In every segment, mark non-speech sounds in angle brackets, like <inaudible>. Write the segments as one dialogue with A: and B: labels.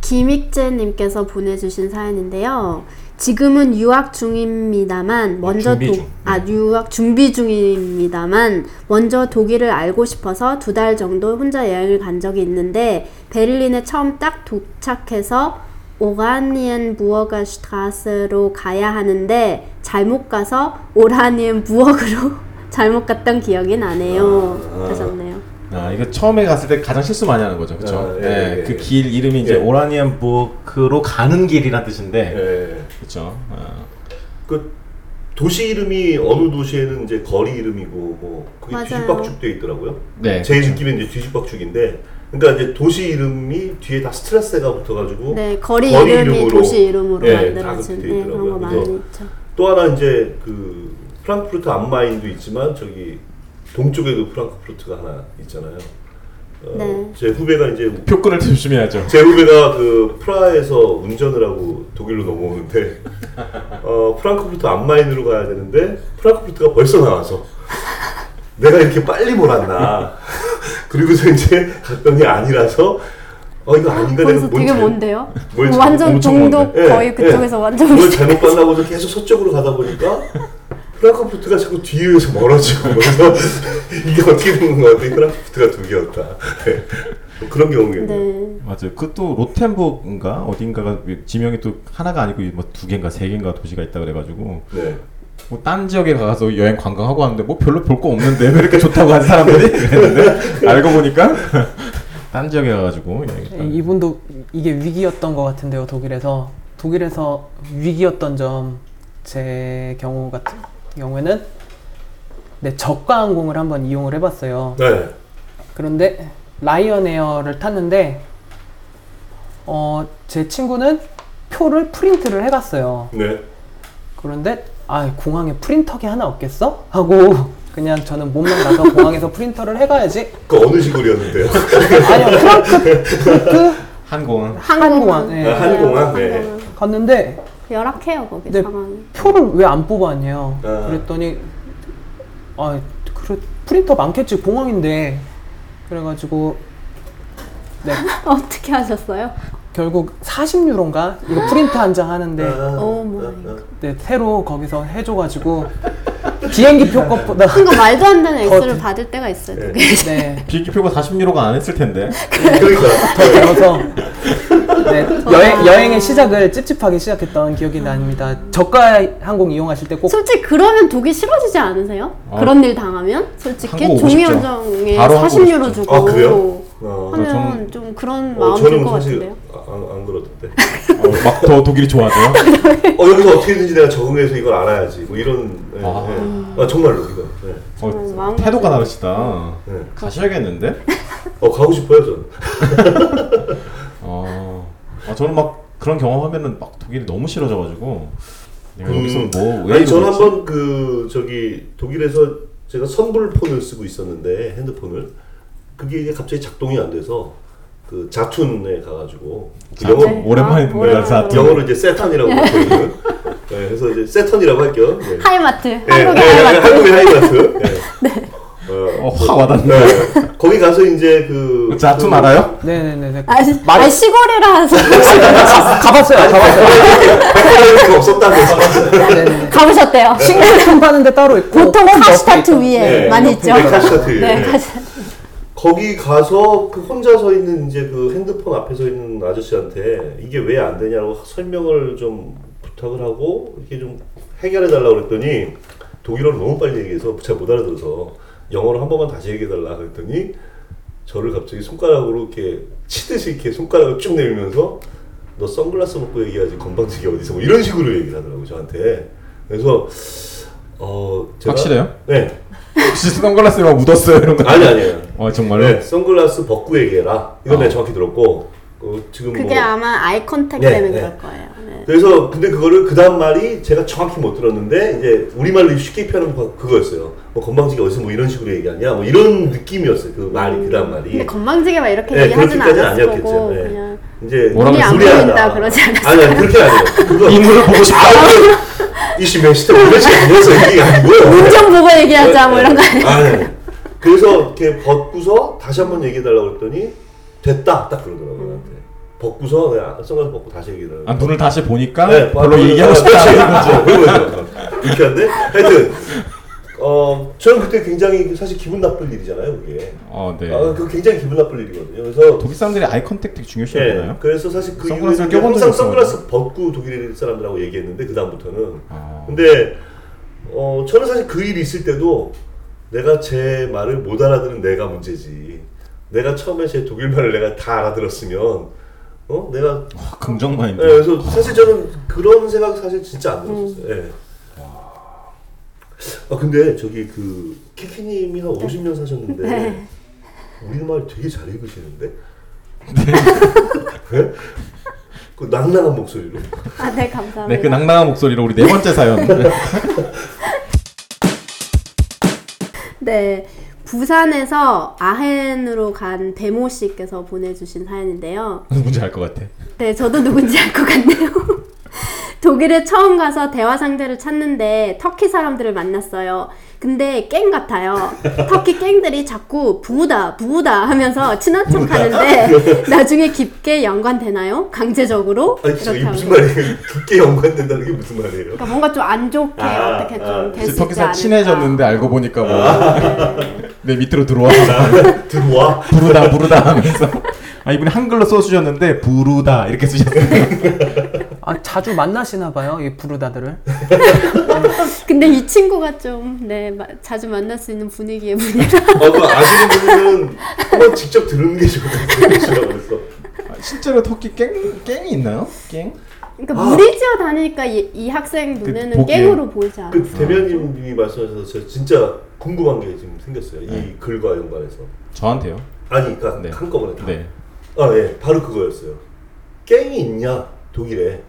A: 김익재님께서 보내주신 사연인데요. 지금은 유학 중입니다만 먼저
B: 준비
A: 독-
B: 중.
A: 아 유학 준비 중입니다만 먼저 독일을 알고 싶어서 두 달 정도 혼자 여행을 간 적이 있는데 베를린에 처음 딱 도착해서 오라니엔 부어가 스트라스로 가야 하는데 잘못 가서 오라니엔 부어그로 <laughs> 잘못 갔던 기억이 나네요. 하셨네요.
B: 아, 이거 처음에 갔을 때 가장 실수 많이 하는 거죠. 그쵸?
C: 아,
B: 죠
C: 예,
B: 네,
C: 예, 예.
B: 그 길 이름이 이제
C: 예.
B: 오라니안 부크로 가는 길이란 뜻인데.
C: 예.
B: 그쵸. 아,
C: 그 도시 이름이 어느 도시에는 이제 거리 이름이고 뭐 그게
A: 맞아요.
C: 뒤죽박죽 돼 있더라고요.
B: 네.
C: 제 느낌엔 이제 뒤죽박죽인데 그러니까 이제 도시 이름이 뒤에 다 스트레스가 붙어가지고
A: 네, 거리,
C: 거리
A: 이름이
C: 이름으로,
A: 도시 이름으로
C: 예,
A: 만들어진
C: 다 그렇게 돼
A: 네, 그런 거
C: 있더라고요.
A: 많이
C: 그래서
A: 있죠.
C: 또 하나 이제 그 프랑크푸르트 안마인도 있지만 저기 동쪽에도 그 프랑크푸르트가 하나 있잖아요. 어,
A: 네.
C: 제 후배가 이제
B: 표권을 <laughs> 조심해야죠.
C: 제 후배가 그 프라하에서 운전을 하고 독일로 넘어오는데 어, 프랑크푸르트 안마인으로 가야 되는데 프랑크푸르트가 벌써 나와서 내가 이렇게 빨리 몰았나 그리고서 이제 갔더니 아니라서 어 이거 아닌가 내가
A: 거기서
C: 뭔
A: 되게
C: 잘-
A: 먼데요?
C: 뭘 잘-
A: 완전
B: 엄청
A: 동독
C: 먼데. 예,
A: 거의
C: 예.
A: 그쪽에서 완전
C: 뭘 잘못 봤나고 해서 계속 서쪽으로 가다 보니까 프랑크푸르트가 자꾸 뒤에서 멀어지고 그래서 <laughs> 이게 어떻게 된 건가 했더니 프랑크푸르트가 두 개였다 네. 뭐 그런 경우겠네요
A: 네.
B: 맞아요. 그 또 로텐burg인가 어딘가가 지명이 또 하나가 아니고 뭐 두 개인가 세 개인가 도시가 있다 그래가지고
C: 네.
B: 뭐 딴 지역에 가서 여행 관광하고 왔는데 뭐 별로 볼 거 없는데 왜 이렇게 좋다고 하는 사람들이 <laughs> 그랬는데 알고 보니까 <laughs> 딴 지역에 가가지고 예,
D: 이-
B: 여행
D: 이분도 이게 위기였던 것 같은데요 독일에서 독일에서 위기였던 점 제 경우 같은 경우에는 네 저가 항공을 한번 이용을 해봤어요
C: 네.
D: 그런데 라이언에어를 탔는데 어, 제 친구는 표를 프린트를 해갔어요
C: 네.
D: 그런데 아 공항에 프린터기 하나 없겠어? 하고 그냥 저는 몸만 가서 공항에서 <laughs> 프린터를 해가야지
C: 그 어느 시골이었는데요?
D: 아니요 프랑크푸르트
B: 항공은
D: 항공항 예.
C: 아, 항공항, 네.
A: 항공항.
D: 갔는데
A: 열악해요 거기
D: 네.
A: 상황이. <laughs>
D: 표를 왜 안 뽑았냐
C: 아.
D: 그랬더니 아 그래 프린터 많겠지 공항인데 그래가지고 네
A: 어떻게 하셨어요?
D: 결국 40유로인가 이거 프린트 한 장 하는데
A: 오 마이
D: 네, 새로 거기서 해줘가지고 비행기 표 것보다
A: 그거 말도 안 되는
D: 더
A: 액수를
D: 드-
A: 받을 때가 있어요.
C: 네.
A: 되게.
D: 네
B: 비행기표가 40유로가 안 했을 텐데 어,
C: 그러니까.
D: 더 들어서 네,
A: 아.
D: 여행, 여행의 시작을 찝찝하게 시작했던 기억이 납니다. 저가 항공 이용하실 때 꼭
A: <laughs> 솔직히 그러면 독일 싫어지지 않으세요?
B: 아.
A: 그런 일 당하면 솔직히
B: 한국 오고
A: 종이
B: 싶죠.
A: 현정에
B: 바로 한국
A: 40유로
B: 오고 싶죠.
A: 주고
C: 아, 그래요? 어,
A: 하면
B: 저는-
A: 좀 그런
C: 어,
A: 마음 들
C: 저는
A: 것
C: 사실
A: 같은데요.
C: 아- 안, 안 그러던데.
B: 막 더 독일이 좋아져요.
C: 어, 여기서 어떻게 되는지 내가 적응해서 이걸 알아야지. 뭐 이런. 예,
B: 아.
C: 예. 아, 정말로, 이거. 예.
A: 정말
B: 어,
A: 마음
B: 태도가 다르시다.
C: 예.
B: 가셔야겠는데?
C: 어, 가고 싶어요, 저는.
B: 어, 아, 저는 막 그런 경험하면은 막 독일이 너무 싫어져가지고 내가 여기서 뭐왜
C: 음. 아니,
B: 이러고
C: 저는
B: 있지?
C: 한번 그, 저기, 독일에서 제가 선불폰을 쓰고 있었는데, 핸드폰을. 그게 이제 갑자기 작동이 안 돼서, 그, 자툰에 가가지고. 그
B: 자,
C: 영어,
B: 오랜만에
A: 아, 네.
B: 듣는다. 자,
A: 오랜만에.
C: 영어로 이제 세턴이라고 부르거든요. 예, 그래서 이제 세턴이라고 할게요. 예.
A: 하이마트
C: 예,
A: 한국의
C: 예,
A: 하이마트.
C: 한국의 하이마트. 예.
A: 네.
B: 어,
C: 어,
B: 확 와닿네.
C: 네. 거기 가서 이제 그
B: 자툰 알아요?
D: 네네네네
A: 아, 시,
D: 말-
A: 아 시골이라 서 <laughs>
D: 가봤어요 가봤어요.
C: 백화점이 없었다면서.
D: 네네네.
A: 가보셨대요.
D: 싱글폰 파는 데 따로 있고
A: 보통
D: 큰 옆에
A: 카시타트
D: 있고.
A: 위에
C: 네,
A: 많이
C: 옆에
A: 있죠.
C: 네, 카시타트 위에.
A: 네,
C: 네.
A: 카시타트.
C: 거기 가서 그 혼자 서 있는 이제 그 핸드폰 앞에 서 있는 아저씨한테 이게 왜 안 되냐고 설명을 좀 부탁을 하고 이렇게 좀 해결해 달라고 그랬더니 독일어를 너무 빨리 얘기해서 잘 못 알아들어서 영어로 한 번만 다시 얘기해 달라 그랬더니 저를 갑자기 손가락으로 이렇게 치듯이 이렇게 손가락을 쭉 내밀면서 너 선글라스 벗고 얘기하지 건방지게 어디서 뭐 이런 식으로 얘기를 하더라고 저한테 그래서 어 제가
B: 확실해요?
C: 네
B: 혹시 선글라스에 막 묻었어요 이런 거?
C: 아니 아니에요
B: 아 정말로?
C: 네, 선글라스 벗고 얘기해라. 이건
B: 아.
C: 내가 정확히 들었고 어, 지금
A: 그게
C: 뭐
A: 아마 아이 컨택
C: 네,
A: 때문에
C: 네.
A: 그럴 거예요. 네.
C: 그래서 근데 그거를 그 다음 말이 제가 정확히 못 들었는데 이제 우리말로 쉽게 표현한 거 그거였어요. 뭐 건방지게 어디서 뭐 이런 식으로 얘기하냐 뭐 이런 느낌이었어요. 그 말이 그 다음 말이.
A: 근데 건방지게 막 이렇게
C: 네,
A: 얘기하진
C: 그렇게까지는
A: 않았을
C: 아니었겠죠.
A: 거고
C: 네.
A: 그냥
C: 이제
B: 뭐라고
A: 우리 안
C: 무리하다.
A: 보인다 그러지 않았어요.
C: 아니 아니 그렇게 아니에요. 그거
B: 인물을 보고 싶다.
C: 이씨 맨시터 보내지 않아서 이게 아니고요.
A: 운전 보고 얘기하자 뭐 이런 거 아니에요?
C: 아, 네. 그래서 이렇게 벗고서 다시 한번 얘기해달라고 그랬더니 됐다 딱 그러더라고요 나한테. 벗고서 그냥 선글라스 벗고 다시 얘기를.
B: 아, 눈을 다시 보니까
C: 네,
B: 별로
C: 바로-
B: 얘기하고 싶지
C: 그렇지,
B: 않은 거지.
C: 그렇지. 그거죠. 유쾌한데? 하여튼, 어, 저는 그때 굉장히 사실 기분 나쁠 일이잖아요, 그게.
B: 어, 네.
C: 아, 그 굉장히 기분 나쁠 일이거든요. 그래서
B: 독일 사람들이 아이 컨택 되게
C: 예,
B: 중요시하잖아요.
C: 그래서 사실 그 이후에
B: 선글라스를 껴본
C: 항상
B: 적이
C: 선글라스 벗고 독일 사람들하고 얘기했는데 그 다음부터는.
B: 아,
C: 근데 어, 저는 사실 그 일이 있을 때도 내가 제 말을 못 알아들은 내가 문제지. 내가 처음에 제 독일 말을 내가 다 알아들었으면 어 내가
B: 와, 아, 긍정
C: 예,
B: 마인드.
C: 그래서 사실 저는 그런 생각 사실 진짜 안 들었어요. 예.
A: 음.
C: 아 근데 저기 그 키키님이 한 50년 사셨는데
A: 네.
C: 우리말 되게 잘 읽으시는데? <laughs> 네? 그 낭낭한 목소리로.
A: 아, 네, 감사합니다.
B: 네, 그 낭낭한 목소리로 우리 네 번째
C: <laughs>
B: 사연.
A: 네. 부산에서 아헨으로 간 배모 씨께서 보내주신 사연인데요.
B: 뭔지 알 것 같아.
A: 네, 저도 누군지 알 것 같네요. <laughs> 독일에 처음 가서 대화 상대를 찾는데 터키 사람들을 만났어요. 근데 깽 같아요. 터키 깽들이 자꾸 부우다, 부우다 하면서 친한 척 하는데 <laughs> 나중에 깊게 연관되나요? 강제적으로?
C: 아니 저 이게
A: 이렇게
C: 무슨
A: 하면서.
C: 말이에요? 깊게 연관된다는 게 무슨 말이에요?
A: 그러니까 뭔가 좀 안 좋게
C: 아,
A: 어떻게
C: 아,
A: 좀
B: 이제
A: 될수 있지
B: 터키사
A: 않을까.
B: 친해졌는데 알고 보니까 뭐 내 밑으로 들어와서
C: 아, 들어와.
B: 부르다 부르다 하면서 <laughs> 아 이분이 한글로 써주셨는데 부르다 이렇게 쓰셨어요.
D: 아 자주 만나시나 봐요 이 부르다들을.
A: 근데 이 친구가 좀 네, 마- 자주 만날 수 있는 분위기의 분이
C: 아, 그 아시는 분은 한번 직접 들은 게 좋을
A: <laughs>
C: 것 같아요. 그래서
B: <laughs> 아, 실제로 터키 깽 깽이 있나요? 깽?
A: <laughs> 그러니까
C: 아.
A: 무리지어 다니니까 이, 이 학생
B: 그
A: 눈에는
B: 보기에.
A: 깽으로 보이지 않아.
C: 그 대변님이 말씀하셔서 저 진짜 궁금한 게 지금 생겼어요. 이 글과 연관해서.
B: 저한테요.
C: 아니, 그러니까
B: 네.
C: 한꺼번에 다.
B: 네.
C: 아, 예, 바로 그거였어요. 깽이 있냐, 독일에.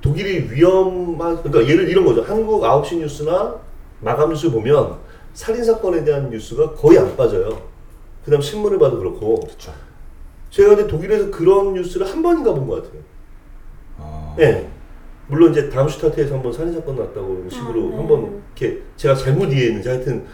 C: 독일이 위험한, 그러니까 예를 이런 거죠. 한국 9시 뉴스나 마감 뉴스 보면 살인사건에 대한 뉴스가 거의 안 빠져요. 그 다음 신문을 봐도 그렇고.
B: 그렇죠.
C: 제가 근데 독일에서 그런 뉴스를 한 번인가 본 것 같아요.
B: 어,
C: 예. 물론 이제 다음슈타트에서 한번 살인사건 났다고 이런 식으로
A: 아, 네.
C: 한번 이렇게 제가 잘못 이해했는지 하여튼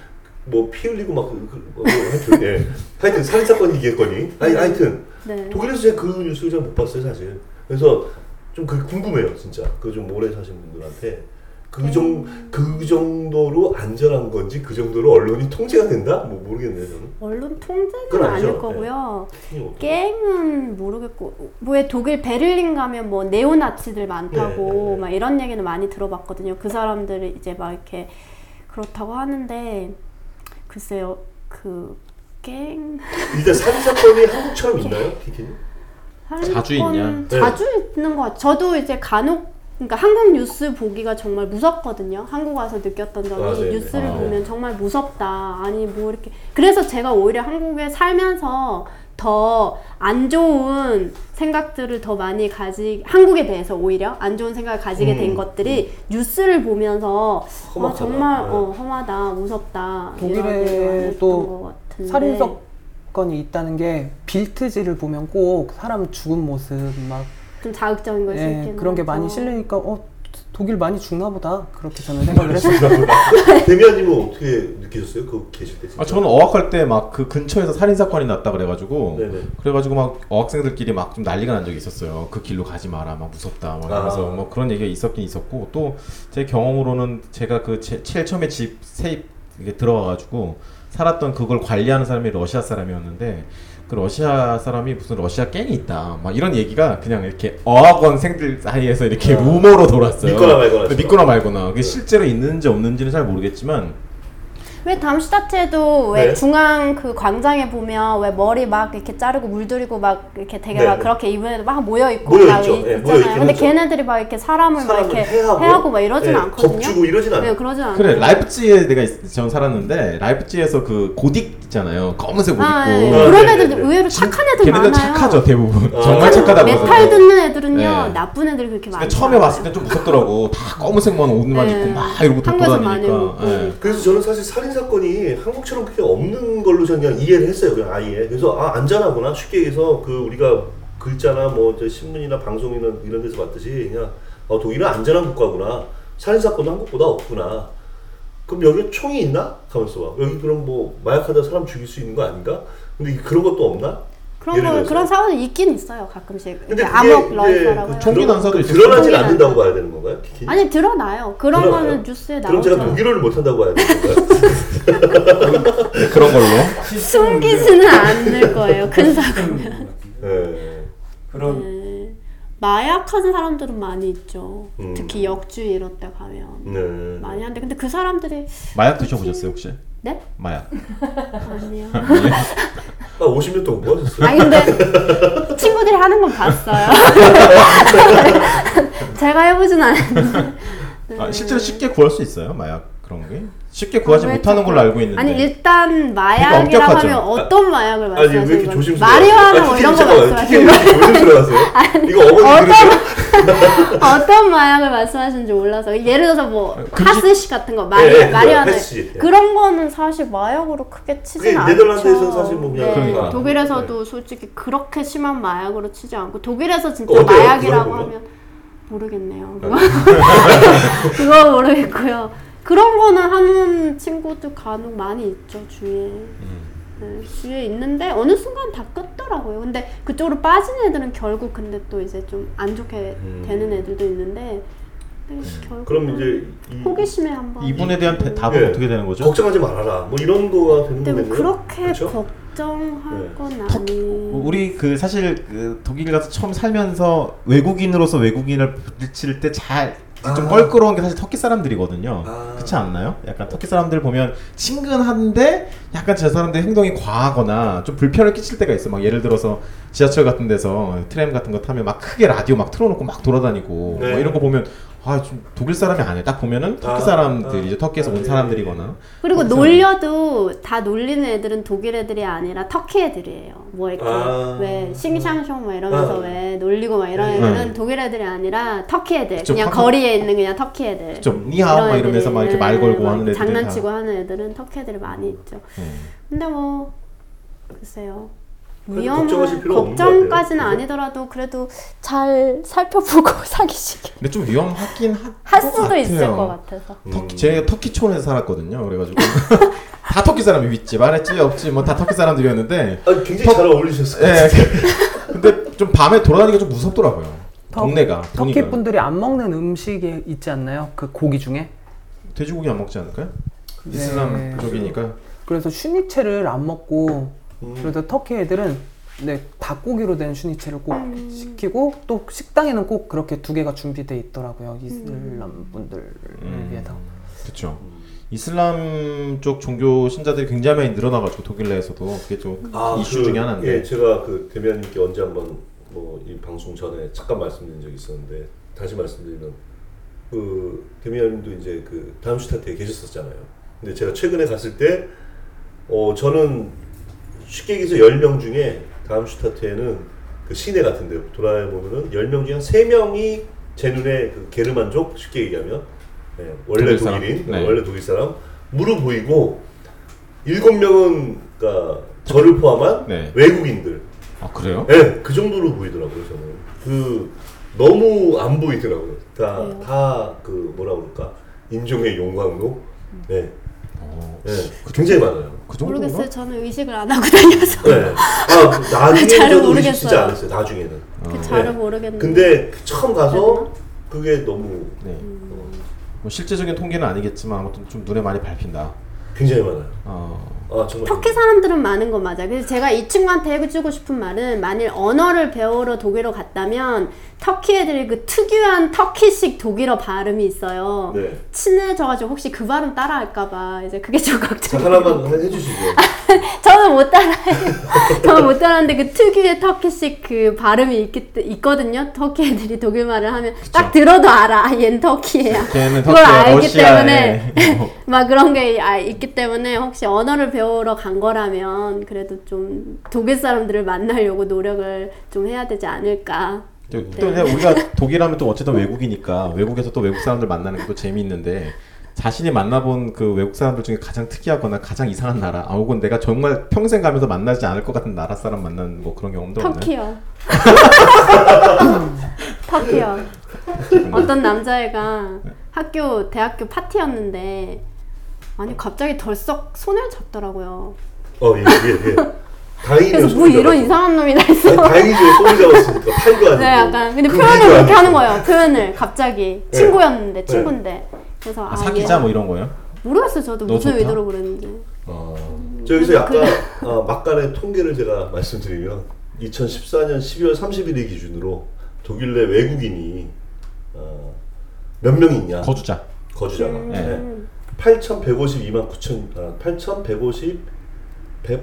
C: 뭐 피 흘리고 막 그- 그- 뭐 하여튼 예. 하여튼 살인사건이겠거니. 아니 하여튼
A: 네.
C: 독일에서 제가 그 뉴스를 잘 못 봤어요 사실. 그래서 좀 그 궁금해요 진짜. 그 좀 오래 사신 분들한테
A: 네.
C: 그정그 정도로 안전한 건지 그 정도로 언론이 통제가 된다? 뭐 모르겠네요 저는.
A: 언론
C: 그건
A: 통제는
C: 아니죠.
A: 아닐 거고요.
C: 흥미가 없죠.
A: 깽은 모르겠고 왜 독일 베를린 가면 뭐 네오나치들 많다고
C: 네, 네, 네.
A: 막 이런 얘기는 많이 들어봤거든요. 그 사람들이 이제 막 이렇게 그렇다고 하는데 글쎄요 그 그깽
C: 일단 살인사건이 한국처럼 있나요 키키는?
B: 자주 있냐?
C: 네.
A: 자주 있는 것 같아요. 저도 이제 간혹 그러니까 한국 뉴스 보기가 정말 무섭거든요. 한국 와서 느꼈던 점이
C: 아, 네네.
A: 뉴스를
B: 아, 네.
A: 보면 정말 무섭다. 아니 뭐 이렇게 그래서 제가 오히려 한국에 살면서 더 안 좋은 생각들을 더 많이 가지 한국에 대해서 오히려 안 좋은 생각을 가지게
C: 음,
A: 된 것들이 뉴스를 보면서 아,
C: 험악하다.
A: 정말
C: 네.
A: 어, 험하다, 무섭다. 이런
D: 독일에
A: 얘기를 많이 했던
D: 또
A: 것 같은데.
D: 살인 사건이 있다는 게 빌트지를 보면 꼭 사람 죽은 모습 막
A: 좀 자극적인 걸수
D: 예,
A: 있긴
D: 그런 게
A: 하죠.
D: 많이 실리니까 어 독일 많이 죽나 보다 그렇게 저는 생각을 했어요.
C: 아,
A: <laughs>
C: 데미안님은 어떻게 느끼셨어요? 그거 계실 때 진짜?
B: 아 저는 어학할 때 막 그 근처에서 살인 사건이 났다 그래가지고
C: 네네.
B: 그래가지고 막 어학생들끼리 막 좀 난리가 난 적이 있었어요. 그 길로 가지 마라, 막 무섭다, 막 이러면서
C: 아.
B: 뭐 그런 얘기가 있었긴 있었고 또 제 경험으로는 제가 그 제, 제일 처음에 집 세입 이게 들어와가지고 살았던 그걸 관리하는 사람이 러시아 사람이었는데 그 러시아 사람이 무슨 러시아 갱이 있다, 막 이런 얘기가 그냥 이렇게 어학원생들 사이에서 이렇게
C: 아.
B: 루머로 돌았어요.
C: 믿거나 말거나.
B: 믿거나 말거나. 그게
C: 네.
B: 실제로 있는지 없는지는 잘 모르겠지만
A: 왜 담슈타트에도 왜
C: 네.
A: 중앙 그 광장에 보면 왜 머리 막 이렇게 자르고 물들이고 막 이렇게 되게
C: 네,
A: 막
C: 네.
A: 그렇게 입은 애들 막 모여 있고
C: 모여
A: 막
C: 있죠.
A: 이-
C: 예, 모여
A: 있잖아요.
C: 있긴
A: 근데
C: 하죠.
A: 걔네들이 막 이렇게 사람을 막
C: 사람을
A: 이렇게
C: 해하고,
A: 해하고, 막 이러진
C: 예,
A: 않거든요.
C: 겁주고 이러진 않아요.
A: 네, 그러진 않아요.
B: 그래 라이프치히에 내가 있- 전 살았는데 라이프치히에서 그 고딕 있잖아요 검은색 옷 입고
A: 아, 예.
C: 네,
A: 그런
C: 네,
A: 애들
C: 네, 네.
A: 의외로 착한 애들
B: 걔네들
A: 많아요.
B: 착하죠 대부분
C: 아.
B: 정말 착하다고
A: 메탈 듣는 애들은요
B: 네.
A: 나쁜 애들 그렇게 많아요.
B: 근데 처음에 봤을 땐 좀 무섭더라고 다 검은색만 옷만
A: 네.
B: 입고 막 이러고
A: 한국에서 많이
B: 돌아다니니까
A: 보고.
B: 예.
C: 그래서 저는 사실 살인 사건이 한국처럼 그게 없는 걸로 저는 그냥 이해를 했어요. 그냥 아예. 그래서 아 안전하구나 쉽게 얘기해서 그 우리가 글자나 뭐 저 신문이나 방송이나 이런 데서 봤듯이 그냥 어, 독일은 안전한 국가구나. 살인 사건도 한국보다 없구나. 그럼 여기 총이 있나? 가면서 봐. 여기 그럼 뭐 마약하다 사람 죽일 수 있는 거 아닌가? 근데 이- 그런 것도 없나?
A: 그런
C: 예를
A: 거
C: 들어서.
A: 그런 사원이 있긴 있어요 가끔씩
C: 근데
A: 이렇게
C: 그게
A: 암흑
C: 이제
A: 러이퍼라고
C: 그
A: 해요.
B: 총기 난사도 있었어요.
C: 드러나질
A: 총기
C: 않는다고
A: 난사.
C: 봐야 되는 건가요? 키키?
A: 아니 드러나요 그런
C: 드러나요?
A: 거는 뉴스에
C: 그럼 제가
A: 나오죠
C: 독일어를 못한다고 봐야 되는 건가요?
B: 그런 걸로.
A: 숨기지는 않을 거예요
B: <laughs>
A: 큰 사고
C: 예.
E: 그런
A: 네. 마약하는 사람들은 많이 있죠
C: 음.
A: 특히 역주 이런 데 가면
C: 네.
A: 많이 한데 근데 그 사람들이
B: 마약 드셔보셨어요 혹시?
A: 네?
B: 마약.
A: 아니요 <laughs>
C: 아, 50년 동안 뭐 하셨어요?
A: 아니 근데 친구들이 하는 건 봤어요. <laughs> 제가 해보진 않았는데. 네.
B: 아, 실제로 쉽게 구할 수 있어요 마약 그런 게? 쉽게 구하지 못하는 걸로 알고
A: 아,
B: 있는데.
A: 아니 일단
B: 그러니까
A: 마약이라고
B: 엄격하죠.
A: 하면 어떤 마약을
C: 음. 아니 왜
A: 말씀하시는
C: 이렇게 아,
A: 거예요?
C: 조심스러워?
A: 마리화나 뭐 이런 거
C: 키키 왜 <laughs>
A: 말씀하시는 거예요?
C: 이렇게
A: <laughs>
C: 조심스러워하세요? 이거 어머니 들으세요?
A: 어떤 어떤 마약을 말씀하시는지 몰라서 예를 들어서 뭐
B: 금지-
A: 하스시 같은 거
C: 예, 예,
A: 마리
C: 그거요.
A: 마리화나
C: 하스시. 예.
A: 그런 거는 사실 마약으로 크게 치진
C: 그게
A: 않죠.
C: 네덜란드에서는 사실 뭐 그냥 네.
B: 그러니까.
A: 독일에서도 솔직히 그렇게 심한 마약으로 치지 않고 독일에서 진짜
C: 어때요?
A: 마약이라고
C: 그거는? 아,
A: 하면 모르겠네요. <laughs> 그거 모르겠고요. 그런 거는 하는 친구도 간혹 많이 있죠 주위에. 네, 주위에 있는데 어느 순간 다 끊더라고요. 근데 그쪽으로 빠진 애들은 결국 근데 또 이제 좀 안 좋게
C: 음. 네.
A: 되는 애들도 있는데 근데 결국
C: 그럼 이제 이-
A: 호기심에 한번 네.
B: 이분에 대한 대- 답은
C: 예.
B: 어떻게 되는 거죠?
C: 걱정하지 말아라. 뭐 이런 거가 되는
A: 근데
C: 거네요.
A: 뭐 그렇게
C: 그렇죠?
A: 걱정할
C: 네.
A: 건 아니에요.
B: 우리 그 사실 그 독일 가서 처음 살면서 외국인으로서 외국인을 부딪힐 때 잘 좀
C: 아.
B: 껄끄러운 게 사실 터키 사람들이거든요.
C: 아.
B: 그렇지 않나요? 약간 터키 사람들 보면 친근한데 약간 저 사람들 행동이 과하거나 좀 불편을 끼칠 때가 있어. 막 예를 들어서 지하철 같은 데서 트램 같은 거 타면 막 크게 라디오 막 틀어놓고 막 돌아다니고
C: 네.
B: 뭐 이런 거 보면 아 좀 독일 사람이 아니야. 딱 보면은 터키
C: 아.
B: 사람들이죠.
C: 아.
B: 터키에서
C: 아,
B: 온
C: 예.
B: 사람들이거나
A: 그리고
B: 그래서-
A: 놀려도 다 놀리는 애들은 독일 애들이 아니라 터키 애들이에요. 뭐 이렇게
C: 아.
A: 왜 싱샹숑 막 이러면서
C: 아.
A: 왜 놀리고 막 이런
C: 네.
A: 애들은 독일 애들이 아니라 터키 애들.
B: 그쵸,
A: 그냥
B: 화가-
A: 거리에 있는 그냥 터키 애들.
B: 좀 니하오 막
A: 이런
B: 이러면서 막 이렇게 네.
A: 애들이
B: 말 걸고
A: 막
B: 하는 애들
A: 네. 장난치고 하는 애들은 터키 애들이 많이 있죠. 근데 뭐 글쎄요.
C: 그래도
A: 위험은
C: 걱정하실 필요가 없는 것 같아요.
A: 걱정까지는
C: 그죠?
A: 아니더라도 그래도 잘 살펴보고 <laughs> 사귀시길
B: 근데 좀 위험하긴 하-
A: 할
B: 것
A: 수도 있을
B: 같아요. 음.
A: 것 같아서.
B: 터키, 제가 터키촌에서 살았거든요. 그래가지고 <laughs> 다 터키 사람이 윗집, 아랫집, 옆집 뭐 다 터키 사람들이었는데,
C: 아, 굉장히
B: 턱-
C: 잘 어울리셨을 것
A: 네.
B: 예. 그
C: 같아요.
B: <laughs> 근데 좀 밤에 돌아다니기 좀 무섭더라고요.
D: 터-
B: 동네가
D: 터키
B: 보니까.
D: 분들이 안 먹는 음식이 있지 않나요? 그 고기 중에
B: 돼지고기 안 먹지 않을까요?
D: 네.
B: 이슬람 쪽이니까
D: 그래서 슈니체를 안 먹고
C: 음.
D: 그래서 터키 애들은 네, 닭고기로 된 슈니체를 꼭
A: 음.
D: 시키고 또 식당에는 꼭 그렇게 두 개가 준비돼
A: 음.
D: 있더라고요 이슬람 분들을
B: 음.
D: 위해서
B: 그렇죠. 이슬람 쪽 종교 신자들이 굉장히 많이 늘어나가지고 독일 내에서도 그게 좀 이슈
C: 그,
B: 중에 하나인데
C: 예, 제가 그 대변님께 언제 한번 뭐 이 방송 전에 잠깐 말씀드린 적이 있었는데 다시 말씀드리면 그 대변님도 이제 그 다음 스타트에 계셨었잖아요. 근데 제가 최근에 갔을 때 어, 저는 쉽게 얘기해서 10명 중에 다음 스타트에는 그 시내 같은 데 돌아보면은 10명 중에 한 3명이 제 눈에 그 게르만족 쉽게 얘기하면 예, 원래
B: 독일 사람.
C: 독일인
B: 네.
C: 원래 독일 사람 무릎 보이고 일곱 명은 그러니까 저를 포함한
B: 네.
C: 외국인들.
B: 아 그래요?
C: 예, 그 정도로 보이더라고요 저는. 그 너무 안 보이더라고요.
A: 네.
C: 다다그 뭐라 그럴까 인종의 용광로.
A: 음.
C: 네,
B: 어,
C: 네, 굉장히 많아요.
B: 그 정도인가?
A: 모르겠어요. 저는 의식을 안 하고 다녀서 <laughs>
C: 네, 아 나중에
A: 잘은
C: 저도 의식
A: 그 모르겠어요.
C: 진짜 안 했어요. 나중에는.
B: 아,
A: 그
C: 네.
A: 잘은 모르겠는데.
C: 근데 그 처음 가서
A: 네.
C: 그게 너무
B: 네.
C: 어,
A: 음.
B: 뭐 실제적인 통계는 아니겠지만 아무튼 좀 눈에 많이 밟힌다.
C: 굉장히 많아요.
B: 어.
C: 아 정말.
A: 터키 사람들은 많은 거 맞아. 그래서 제가 이 친구한테 해주고 싶은 말은 만일 언어를 배우러 독일로 갔다면 터키 애들이 그 특유한 터키식 독일어 발음이 있어요.
C: 네.
A: 친해져가지고 혹시 그 발음 따라할까봐 이제 그게 좀
C: 자
A: 걱정.
C: 하나만 해주시죠.
A: 저는 못 따라해요. <laughs> 저는 못 따라하는데 그 특유의 터키식 그 발음이 있기, 있거든요. 터키 애들이 독일 말을 하면 딱 들어도 알아. 아, 얜 터키예요. <laughs>
B: 걔는
A: 그걸
B: 터키야,
A: 알기
B: 러시아에 뭐 <laughs>
A: 막 그런 게 아- 있기 때문에 혹시 언어를 배우러 간 거라면 그래도 좀 독일 사람들을 만나려고 노력을 좀 해야 되지 않을까.
B: 또, 또 그냥 우리가 독일하면 또 어쨌든 외국이니까 외국에서 또 외국 사람들 만나는 것도 재미있는데 자신이 만나본 그 외국 사람들 중에 가장 특이하거나 가장 이상한 나라 아 혹은 내가 정말 평생 가면서 만나지 않을 것 같은 나라 사람 만나는 뭐 그런 경험도 없나요?
A: 터키요. <laughs> 터키요. 어떤 남자애가 학교 대학교 파티였는데 아니 갑자기 덜썩 손을 잡더라고요.
C: 어 예 예. 예. 다행이네요.
A: 그래서 뭐
C: 소리
A: 이런
C: 잡아서.
A: 이상한 놈이 다 있어.
C: 아니, 다행이죠. 소리 잡았으니까. 팔도 아니고.
A: 네, 약간 근데
C: 그
A: 표현을
C: 위도
A: 그렇게
C: 아니고.
A: 하는 거예요. 표현을 갑자기
C: 네.
A: 친구였는데
C: 네.
A: 친구인데 그래서 아,
B: 아, 사귀자
A: 얘-
B: 뭐 이런 거예요?
A: 모르겠어요. 저도
B: 너
A: 무슨
B: 좋다.
A: 의도로 그랬는지.
C: 예. 어. 저 여기서
A: 그
C: 약간 어, 막간의 통계를 제가 말씀드리면 2014년 12월 30일을 기준으로 독일 내 외국인이 어, 몇 명이 있냐
B: 거주자.
C: 거주자가 네.
A: 음.
C: 8,152만 9천 아, 8,150 1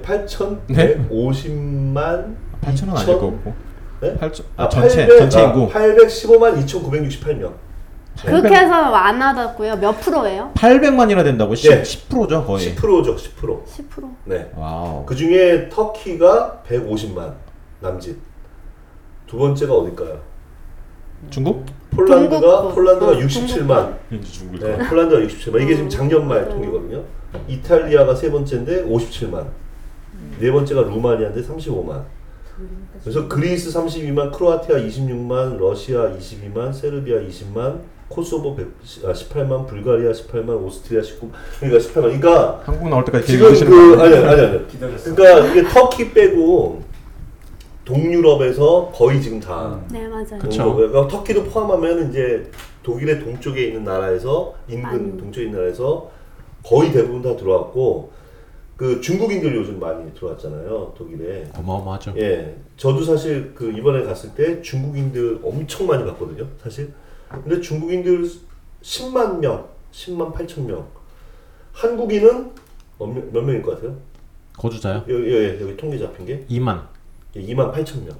B: 네?
C: 8,150만
B: 8천은 아닐 것 같고.
C: 네?
B: 8천
C: 아,
B: 아, 전체
C: 800,
B: 전체
C: 아,
B: 인구
C: 815만 2,968명
B: 그러니까
A: 그렇게 해서 안 하다고요. 몇 프로예요?
B: 800만이나 된다고 10,
C: 예.
B: 10%죠 거의.
C: 10%죠 10%
A: 10%.
C: 네.
B: 와우.
C: 그 중에 터키가 150만 남짓 두 번째가 어딜까요?
B: 중국?
C: 폴란드가
A: 동국권.
C: 폴란드가
A: 어,
C: 67만.
B: 왠지 중국.
C: 네, 폴란드가 67만. 이게 지금 작년 말
A: 음.
C: 통계거든요. 이탈리아가 세 번째인데 57만. 네 번째가 루마니아인데 35만. 그래서 그리스 32만, 크로아티아 26만, 러시아 22만, 세르비아 20만, 코소보 100, 아, 18만, 불가리아 18만, 오스트리아 19만. 그러니까 18만. 그러니까
B: 한국 나올 때까지 계속
C: 지금
B: 읽으시는
C: 그
B: 거예요?
C: 아니 아니 아니. 그러니까 이게 터키 빼고 동유럽에서 거의 지금 다
A: 네, 맞아요.
B: 그쵸.
C: 그러 터키도 포함하면 이제 독일의 동쪽에 있는 나라에서 인근
A: 많이.
C: 동쪽에 있는 나라에서 거의 대부분 다 들어왔고 그 중국인들이 요즘 많이 들어왔잖아요 독일에.
B: 어마어마하죠.
C: 예, 저도 사실 그 이번에 갔을 때 중국인들 엄청 많이 봤거든요, 사실. 근데 중국인들 10만 명, 10만 8천 명. 한국인은 몇, 명- 몇 명일 것 같아요?
B: 거주자요?
C: 여기, 여기, 여기 통계 잡힌 게
B: 2만.
C: 예, 2만 8천 명.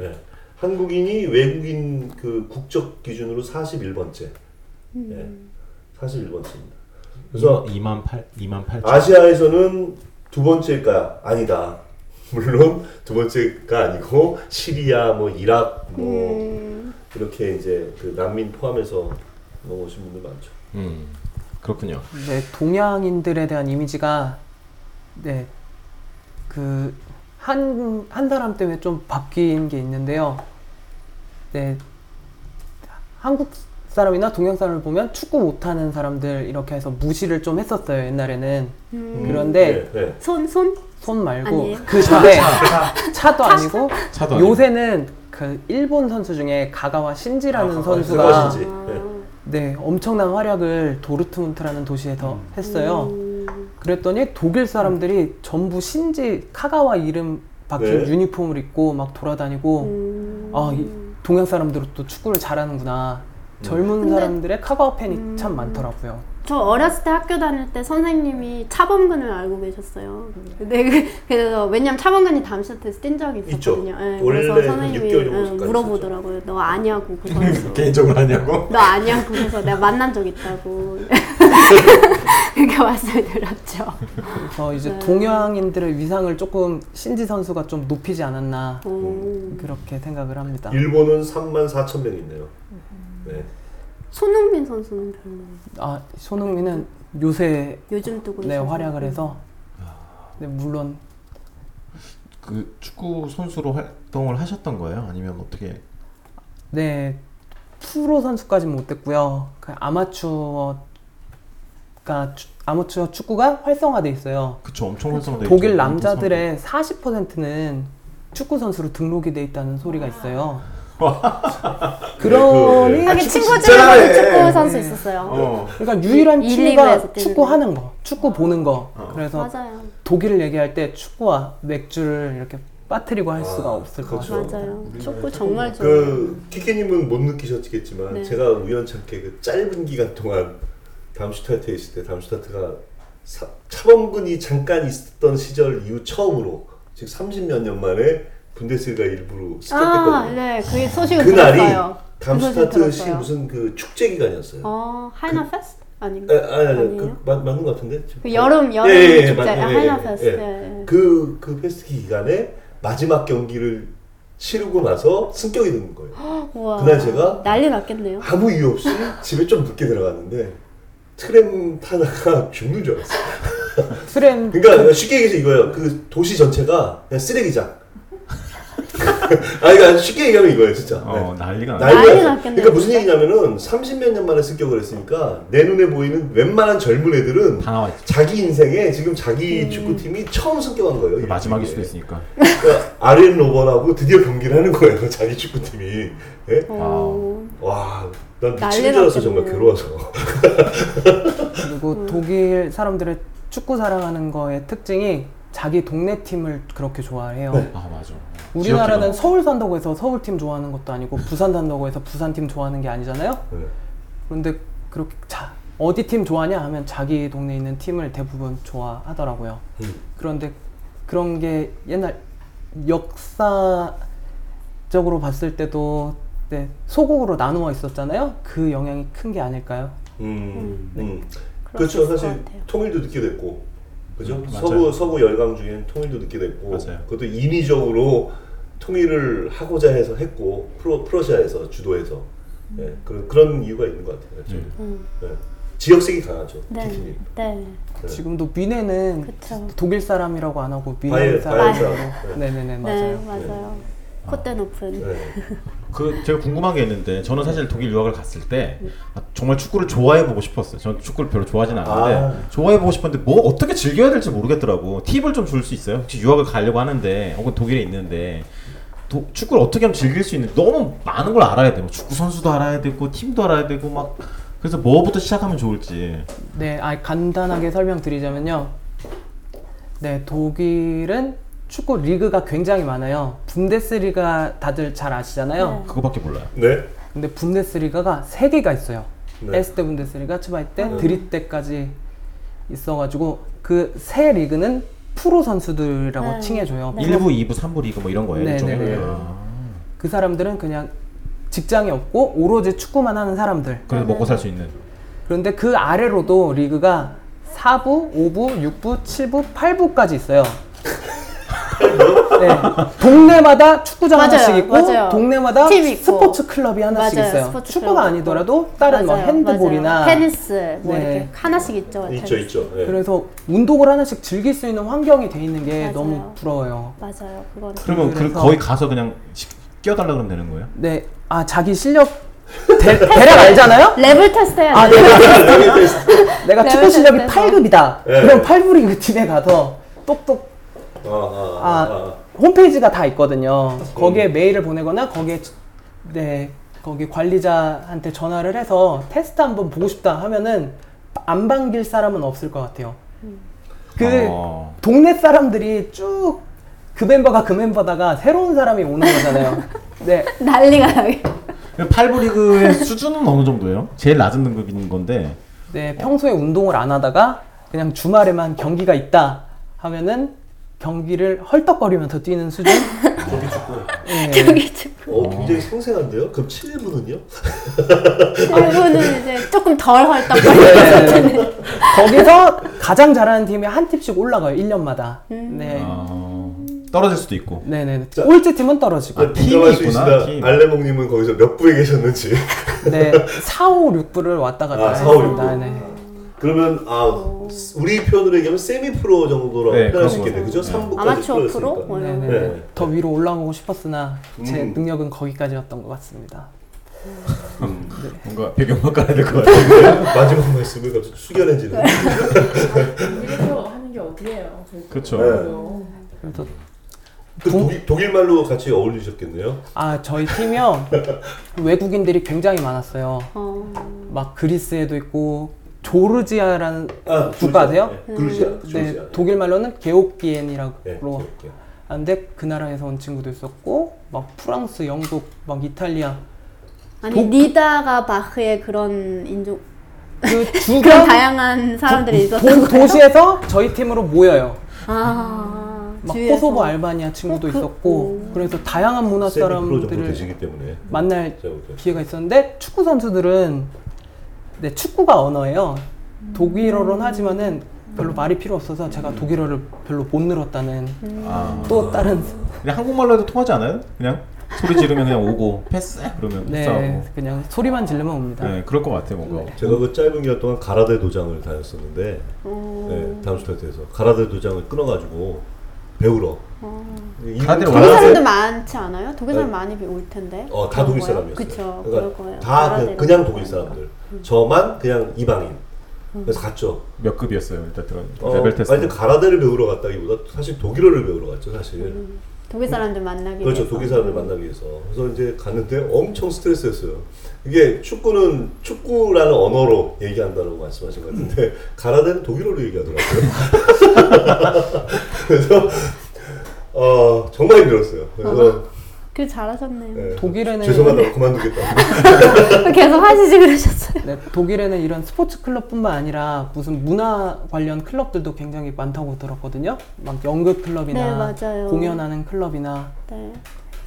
C: 예. 한국인이 외국인 그 국적 기준으로 41번째. 예. 41번째입니다.
B: 음.
C: 그래서
B: 2만 8 2만
D: 그렇죠.
B: 8천.
C: 아시아에서는 두 번째가 아니다. <laughs> 물론 두 번째가 아니고 시리아, 뭐 이락, 뭐
A: 음.
C: 이렇게 이제 그 난민 포함해서 넘어오신 분들 많죠.
B: 음. 그렇군요.
D: 네, 동양인들에 대한 이미지가 네, 그, 그한한 사람 때문에 좀 바뀐 게 있는데요. 네, 한국 사람이나 동양 사람을 보면 축구 못하는 사람들 이렇게 해서 무시를 좀 했었어요 옛날에는.
A: 음.
D: 그런데
C: 예, 예.
A: 손 손?
D: 손 말고
A: 아니에요?
D: 그 전에 차도 아니고
B: 차도 아니고.
D: 요새는 그 일본 선수 중에 가가와 신지라는
C: 아, 가가와
D: 선수가
C: 신지. 예.
D: 네 엄청난 활약을 도르트문트라는 도시에서 했어요.
A: 음.
D: 그랬더니 독일 사람들이 전부 신지 카가와 이름 박힌
C: 네.
D: 유니폼을 입고 막 돌아다니고
A: 음.
D: 아 이, 동양 사람들은 또 축구를 잘하는구나 젊은
A: 근데-
D: 사람들의 카가와 팬이
A: 음.
D: 참 많더라고요.
A: 저 어렸을 때 학교 다닐 때 선생님이 차범근을 알고 계셨어요. 근데 그- 그래서 왜냐면 차범근이 담시한테서 뛴 적이
C: 있죠.
A: 있었거든요. 예,
C: 원래
A: 그래서
C: 한
A: 선생님이
C: 6개월 정도
A: 응,
C: 전까지
A: 물어보더라고요. 너 아냐고 그
B: <laughs>
A: 선수.
B: <laughs> 개인적으로 하냐고?
A: 너 아냐고 그래서 내가 만난 적 있다고. 그렇게 말씀을 드렸죠.
D: 그래서 이제
A: 네.
D: 동양인들의 위상을 조금 신지 선수가 좀 높이지 않았나
A: 오.
D: 그렇게 생각을 합니다.
C: 일본은 3만 4천 명이네요. 네.
A: 손흥민 선수는 별로
D: 아 손흥민은 요새
A: 요즘 뜨고
D: 네
A: 있어서.
D: 활약을 해서 네, 물론
B: 그 축구 선수로 활동을 하셨던 거예요? 아니면 어떻게?
D: 네 프로 선수까지는 못됐고요. 그 아마추어가 추- 아마추어 축구가 활성화돼 있어요.
B: 그쵸 엄청
C: 네,
B: 활성화돼.
D: 독일
B: 있죠.
D: 남자들의 40%는 축구 선수로 등록이 돼 있다는 소리가 있어요.
C: 네,
D: <laughs> 그러니
A: 아,
C: 아,
A: 그
C: 축구
A: 친구
B: 진짜
A: 중에서도
B: 잘해.
A: 축구 선수
D: 네.
A: 있었어요.
B: 어.
D: 그러니까 유일한
A: 이 리그에서
D: 취미가
A: 뛰는 아.
D: 축구하는 거, 축구 보는 거. 그래서
A: 맞아요.
D: 독일을 얘기할 때 축구와 맥주를 이렇게 빠뜨리고 할
C: 아,
D: 수가 없을 것
C: 그렇죠.
D: 같아요.
A: 맞아요. 축구 정말 좋아요.
C: 그 키키님은 못 느끼셨겠지만
A: 네.
C: 제가 우연찮게 그 짧은 기간 동안 담슈타트에 있을 때 담슈타트가 사- 차범근이 잠깐 있었던 시절 이후 처음으로 즉 30몇 년 만에 분데스가 일부로
A: 아,
C: 시작됐거든요.
A: 네, 그 소식을
C: 그날이
A: 들었어요. 그 소식
C: 담슈타트시
A: 들었어요.
C: 무슨 그 축제 기간이었어요.
A: 어, 하이나 페스트 아닌가?
C: 아, 아니, 아니, 그,
A: 아니에요?
C: 맞, 맞는 것 같은데? 지금
A: 그 여름 여름
C: 예, 예, 예,
A: 축제 아,
C: 맞- 예,
A: 하이나
C: 예,
A: 페스트.
C: 예.
A: 예.
C: 그, 그 페스트 기간에 마지막 경기를 치르고 나서 승격이 된 거예요.
A: 우와.
C: 그날 제가
A: 난리 났겠네요.
C: 아무 이유 없이 집에 좀 늦게 들어갔는데 트램 타다가 <laughs> 죽는 줄 알았어.
D: 트램
C: 그러니까 쉽게 얘기해서 이거예요. 그 도시 전체가 그냥 쓰레기장. <laughs> 아니 그러니까 쉽게 얘기하면 이거예요 진짜. 네.
B: 어, 난리가 나.
A: 난리-
C: 난리가 났어요.
A: 났겠네요,
C: 그러니까 무슨
A: 진짜.
C: 얘기냐면은 30몇 년 만에 습격을 했으니까 내 눈에 보이는 웬만한 젊은 애들은
B: 다 나와 있죠.
C: 자기 인생에 지금 자기 축구팀이 처음 승격한 거예요. 이렇게.
B: 마지막일 수도 있으니까.
C: 그러니까 아렌 로번하고 드디어 경기를 하는 거예요. 자기 축구팀이. 예?
A: 어,
C: 와, 난
A: 난리
C: 미치는 줄 알았어 정말
A: 났겠네요.
C: 괴로워서.
D: 그리고 독일 사람들의 축구 사랑하는 거의 특징이 자기 동네 팀을 그렇게 좋아해요.
B: 아 맞아. 지역이구나.
D: 우리나라는 서울 산다고 해서 서울 팀 좋아하는 것도 아니고 부산 산다고 해서 부산 팀 좋아하는 게 아니잖아요.
C: 네.
D: 그런데 그렇게 자 어디 팀 좋아하냐 하면 자기 동네에 있는 팀을 대부분 좋아하더라고요.
C: 음.
D: 그런데 그런 게 옛날 역사적으로 봤을 때도 네, 소국으로 나누어 있었잖아요. 그 영향이 큰 게 아닐까요?
C: 음, 음.
A: 그렇죠.
C: 그렇죠. 사실
A: 같아요.
C: 통일도 늦게 됐고, 그죠?
B: 음,
C: 서구
B: 맞아요.
C: 서구 열강 중엔 통일도 늦게 됐고,
B: 맞아요.
C: 그것도 인위적으로 통일을 하고자 해서 했고 프로 프러시아에서 주도해서 예, 그런 그런 이유가 있는 것 같아요. 저희.
A: 음,
C: 예. 지역색이 강하죠.
A: 네,
C: 특히.
A: 네,
C: 네.
D: 지금도 미네는
A: 그쵸.
D: 독일 사람이라고 안 하고 미네
C: 바이에- 바이에
D: 사람이라고.
C: 사람.
D: 네네네
A: 네,
D: 맞아요.
A: 맞아요. 콧대 높은.
C: 네.
B: 그 제가 궁금한 게 있는데 저는 사실 독일 유학을 갔을 때 아, 정말 축구를 좋아해 보고 싶었어요. 저는 축구를 별로 좋아하진 않는데
C: 아.
B: 좋아해 보고 싶었는데 뭐 어떻게 즐겨야 될지 모르겠더라고. 팁을 좀 줄 수 있어요? 혹시 유학을 가려고 하는데 혹은 독일에 있는데 도- 축구를 어떻게 하면 즐길 수 있는 너무 많은 걸 알아야 돼요. 뭐 축구 선수도 알아야 되고 팀도 알아야 되고 막 그래서 뭐부터 시작하면 좋을지.
D: 네, 아 간단하게 설명드리자면요. 네, 독일은 축구 리그가 굉장히 많아요. 분데스리가 다들 잘 아시잖아요.
B: 그거밖에 몰라요.
C: 네.
D: 근데 분데스리가가 세 개가 있어요.
C: 네.
D: 에스테 분데스리가, 츠바이테,
C: 네.
D: 드리테까지 있어가지고 그 세 리그는 프로 선수들이라고
A: 네.
D: 칭해줘요.
A: 네.
B: 1부, 2부, 3부 리그 뭐 이런 거예요.
D: 네,
B: 일종의.
D: 네, 네.
B: 아,
D: 그 사람들은 그냥 직장이 없고 오로지 축구만 하는 사람들.
B: 그래도 먹고 살 수 있는.
D: 그런데 그 아래로도 리그가 4부, 5부, 6부, 7부, 8부까지 있어요. 네. 동네마다 축구장
A: 맞아요,
D: 하나씩 있고
A: 맞아요.
D: 동네마다
A: 팀 있고.
D: 스포츠 클럽이 하나씩
A: 맞아요,
D: 있어요.
A: 스포츠
D: 축구가
A: 클럽
D: 아니더라도 다른 뭐
A: 맞아요,
D: 핸드볼이나
A: 맞아요. 테니스 뭐
D: 네.
A: 이렇게 하나씩 있죠.
C: 있죠,
A: 테니스.
C: 있죠. 예.
D: 그래서 운동을 하나씩 즐길 수 있는 환경이 돼 있는 게
A: 맞아요.
D: 너무 부러워요.
A: 맞아요. 그건
B: 그러면 그
D: 그래서-
B: 거기 가서 그냥 시- 끼어달라 그러면 되는 거예요?
D: 네, 아 자기 실력 대, 대략 알잖아요.
A: 레벨 테스트 해야
D: 아,
A: 돼요.
D: 내가
C: 여기 또 있-
D: 내가 축구
A: 레벨
D: 실력이
A: 테스트에서.
D: 8급이다.
C: 네.
D: 그럼 8부 리그 팀에 가서 똑똑
C: 아, 아,
D: 아,
C: 아, 아.
D: 홈페이지가 다 있거든요. 거기에 메일을 보내거나 거기에 네 거기 관리자한테 전화를 해서 테스트 한번 보고 싶다 하면은 안 반길 사람은 없을 것 같아요. 그
B: 어.
D: 동네 사람들이 쭉 그 멤버가 그 멤버다가 새로운 사람이 오는 <laughs> 거잖아요. 네,
A: 난리가
D: <laughs>
A: 나게.
B: 8부 리그의 <laughs> 수준은 어느 정도예요? 제일 낮은 등급인 건데
D: 네 평소에 운동을 안 하다가 그냥 주말에만 경기가 있다 하면은 경기를 헐떡거리면서 뛰는 수준.
C: 저기 축구.
D: 네.
A: 저기 지금
C: 어, 굉장히 생생한데요? 그럼 7부는요?
A: 일부는 이제 조금 덜 헐떡거려.
D: 네. 거기서 가장 잘하는 팀이 한 팀씩 올라가요, 1년마다. 네.
C: 아.
B: 어, 떨어질 수도 있고
D: 네네. 꼴찌 팀은 떨어지고.
B: 아, 팀이
C: 민감할 네, 수
B: 있구나,
C: 있으나
B: 팀.
C: 알레몽님은 거기서 몇 부에 계셨는지.
D: 네. 4, 5, 6부를 왔다 갔다
C: 아, 4, 5, 6부.
D: 했습니다. 네.
C: 그러면 아 우리 표현으로 얘기하면 세미 프로 정도로
B: 네,
C: 표현할 수
B: 그런
C: 있겠네,
B: 거죠.
C: 그죠? 3부까지
A: 아마추어 프로? 뭐 이런
D: 네네.
A: 거.
C: 네.
D: 더 위로 올라오고 싶었으나 제
C: 음.
D: 능력은 거기까지였던 것 같습니다.
B: 뭔가 배경만 깔아야 될 것 같아요
C: 네. 마지막 말씀을 갑자기
A: 네.
C: 숙연해지는.
E: 일표 하는 게 어디예요? 저희
B: 그쵸.
E: 그거.
D: 그래서
C: 네. 그
D: 동-
C: 독일, 독일 말로 같이 어울리셨겠네요.
D: 아 저희 팀이요 외국인들이 굉장히 많았어요.
A: 어,
D: 막 그리스에도 있고 조르지아라는
C: 아,
D: 국가세요?
C: 그루지아,
D: 네,
C: 그루지아.
D: 독일 말로는 게오키엔이라고
C: 네, 이렇게.
D: 안데 그 나라에서 온 친구도 있었고 막 프랑스, 영국, 막 이탈리아
A: 아니
D: 독-
A: 리다가 바흐의 그런 인종
D: 그두
A: 그런 다양한 사람들이 있었던 거.
D: 도시에서 저희 팀으로 모여요.
A: 아,
D: 막
A: 주위에서.
D: 코소보 알바니아 친구도
A: 어, 그-
D: 있었고 그래서 다양한 문화
C: 세미 프로 정도
D: 사람들을
C: 되시기 때문에.
D: 만날
C: 제가 볼게요.
D: 기회가 있었는데 축구 선수들은 네 축구가 언어예요.
A: 음.
D: 독일어로는 하지만은 별로 말이 필요 없어서 제가 독일어를 별로 못 늘었다는
A: 음.
B: 아,
D: 또 다른
B: 그냥 한국말로 해도 통하지 않아요? 그냥 소리 지르면 그냥 오고 패스 그러면
D: 네
B: 아, 싸우고
D: 그냥 소리만 질르면 옵니다.
B: 네, 그럴 것 같아요 뭔가
C: 제가 그 짧은 기간 동안 가라데 도장을 다녔었는데
A: 어,
C: 네, 다음 스타트에서 가라데 도장을 끊어가지고 배우러.
B: 다들
A: 독일
B: 와서-
A: 사람도 많지 않아요? 독일 사람
C: 네.
A: 많이 비- 올 텐데.
C: 어, 다 독일 사람이었어요. 그러니까
A: 그렇죠. 그럴 거예요. 음.
C: 다
A: 나라들이
C: 그, 그냥
A: 그럴
C: 독일
A: 거니까.
C: 사람들. 저만 그냥 이방인. 그래서 갔죠.
B: 몇 급이었어요 일단 들어가니까
C: 어,
B: 음. 레벨 테스트
C: 아니, 가라데를 배우러 갔다기보다 사실 독일어를 배우러 갔죠, 사실.
A: 음. 독일 사람들 만나기
C: 그렇죠.
A: 위해서.
C: 독일 사람을 만나기 위해서. 그래서 이제 갔는데 엄청 스트레스였어요. 이게 축구는 축구라는 언어로 얘기한다고 말씀하신 것
A: 음.
C: 같은데 가라데는
A: <laughs>
C: 독일어로 얘기하더라고요. 그래서 어, 정말 힘들었어요. 그래서
A: 그 잘하셨네요.
C: 예,
D: 독일에는-
C: 죄송하다고 그만두겠다.
A: <laughs>
C: 네.
A: 계속 하시지 그러셨어요.
D: 네, 독일에는 이런 스포츠 클럽뿐만 아니라 무슨 문화 관련 클럽들도 굉장히 많다고 들었거든요. 막 연극 클럽이나
A: 네, 맞아요.
D: 공연하는 클럽이나
A: 네.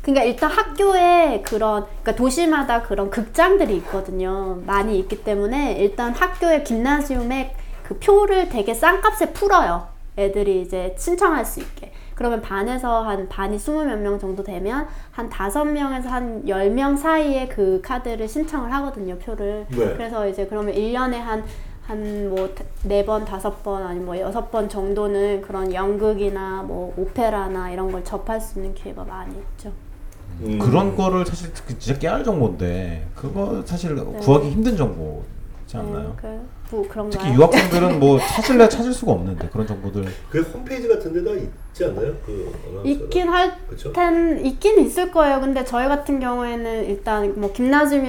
A: 그러니까 일단 학교에 그런 그러니까 도시마다 그런 극장들이 있거든요. 많이 있기 때문에 일단 학교의 김나시움에 그 표를 되게 싼 값에 풀어요. 애들이 이제 신청할 수 있게. 그러면 반에서 한 반이 스무 몇 명 정도 되면 한 다섯 명에서 한 열 명 사이에 그 카드를 신청을 하거든요, 표를.
C: 네.
A: 그래서 이제 그러면 일년에 한, 한 뭐 네 번, 다섯 번, 아니 뭐 여섯 번 정도는 그런 연극이나 뭐 오페라나 이런 걸 접할 수 있는 기회가 많이 있죠.
C: 음.
B: 그런 거를 사실 그 진짜 깨알 정보인데 그거 사실 구하기 힘든 정보지 않나요?
A: 네, 그, 뭐 그런
B: 특히 유학생들은 뭐 찾을래 찾을 수가 없는데 그런 정보들
C: 그 홈페이지 같은 데다 있지 않나요? 그 언어처럼.
A: 있긴 할
C: 그쵸?
A: 텐 있긴 있을 거예요. 근데 저희 같은 경우에는 일단 뭐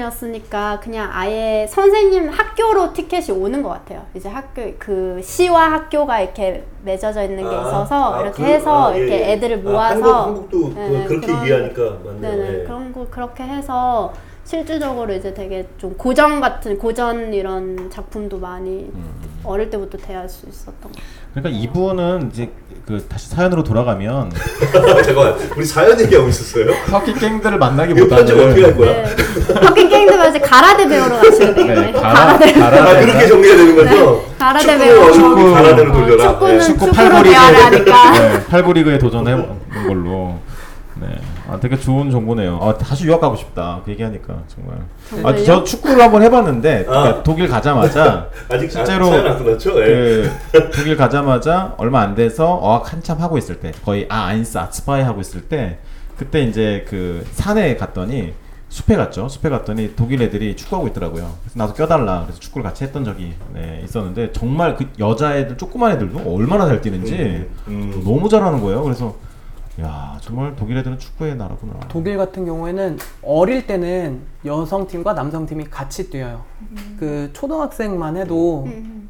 A: 김나즘이었으니까 그냥 아예 선생님 학교로 티켓이 오는 것 같아요. 이제 학교 그 시와 학교가 이렇게 맺어져 있는 게
C: 아,
A: 있어서
C: 아,
A: 이렇게
C: 그-
A: 해서
C: 아, 예,
A: 이렇게
C: 예.
A: 애들을
C: 아,
A: 모아서
C: 한국, 도
A: 네네,
C: 그렇게
A: 그런-
C: 이해하니까 맞네요.
A: 네네
C: 예.
A: 그런 거 그렇게 해서 실질적으로 이제 되게 좀 고전 같은 고전 이런 작품도 많이
C: 음.
A: 어릴 때부터 대할 수 있었던 것 같아요.
B: 그러니까 이분은 이제 그 다시 사연으로 돌아가면
C: <laughs> 잠깐만 우리 사연 얘기하고 있었어요?
B: 터키 갱들을 만나기보다는
C: 이거 편집 어떻게 할 거야?
A: 네. 바뀐 게임도 이제 가라데 배우러 가시는
B: 네,
A: 거예요.
B: 가라
C: 아
B: 가라
C: 그렇게 정리해야 되는 거죠?
A: 가라데
C: 축구는
A: 배우러
C: 어느
B: 축구.
C: 가라데로 돌려라.
A: 네. 축구는
C: 예.
B: 네, 축구
A: 축구로
B: 팔보리그
A: 배워라니까.
B: <laughs> 네, 팔보리그에 도전해 보는 걸로 네. 아 되게 좋은 정보네요. 아 다시 유학 가고 싶다. 그 얘기하니까 정말.
A: 정말요?
B: 아저 축구를 한번 해봤는데 그러니까
C: 아.
B: 독일
C: <laughs>
B: 가자마자
C: 아직
B: 실제로
C: 실제로 사연 안 끝났죠? 예.
B: 그 독일 가자마자 얼마 안 돼서 어학 한참 하고 있을 때 거의 아 아인스 아츠파이 하고 있을 때 그때 이제 그 산에 갔더니 숲에 갔죠. 숲에 갔더니 독일 애들이 축구하고 있더라고요. 그래서 나도 껴달라. 그래서 축구를 같이 했던 적이 네, 있었는데 정말 그 여자애들 조그만 애들도 얼마나 잘 뛰는지
C: 음, 음.
B: 너무 잘하는 거예요. 그래서 야 정말 독일 애들은 축구의 나라구나.
D: 독일 같은 경우에는 어릴 때는 여성팀과 남성팀이 같이 뛰어요.
A: 음.
D: 그 초등학생만 해도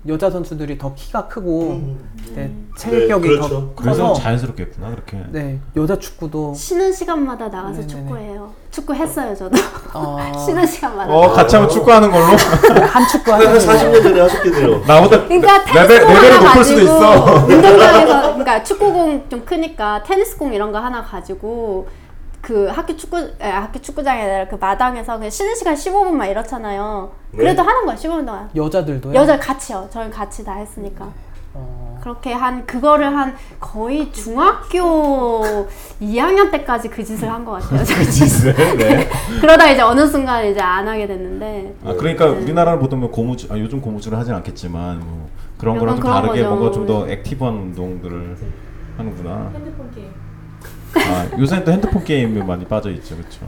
D: 여자 선수들이 더 키가 크고
A: 음.
D: 네, 체격이
C: 네, 그렇죠.
D: 더
B: 그래서
D: 커서
B: 자연스럽게 했구나 그렇게.
D: 어. 네, 여자 축구도
A: 쉬는 시간마다 나가서
D: 네네네.
A: 축구해요. 축구했어요 저도. <laughs>
D: 어,
A: 쉬는 시간마다.
B: 어 같이 한번 축구하는 걸로 <laughs>
D: 한 축구
C: 한
D: 하는
C: 40년 전에 하셨겠네요.
B: 나보다
A: 그러니까
B: 레벨-
A: 테니스공
B: 레벨이
A: 하나
B: 높을 수도 있어.
A: 가지고 <laughs> 운동장에서 그러니까 축구공 좀 크니까 테니스공 이런 거 하나 가지고 그 학교 축구 에, 학교 축구장에 아니라 그 마당에서 그냥 쉬는 시간 15분만 이렇잖아요.
C: 네.
A: 그래도 하는 거야 15분 동안.
D: 여자들도요.
A: 여자 같이요. 저는 같이 다 했으니까.
D: 어,
A: 그렇게 한 그거를 한 거의 중학교 2학년 때까지 그 짓을 한 것 같아요. 저 짓을.
B: 네.
A: <laughs> 그러다 이제 어느 순간 이제 안 하게 됐는데
B: 아 그러니까 우리나라는 보통 뭐 고무줄 아, 요즘 고무줄을 하진 않겠지만 뭐 그런 거랑 좀
A: 약간 그런
B: 다르게
A: 거죠. 네.
B: 뭔가 좀 더 액티브한 운동들을 하는구나.
E: 핸드폰 게임.
B: 아 요새는 또 핸드폰 게임에 많이 빠져 있죠, 그렇죠.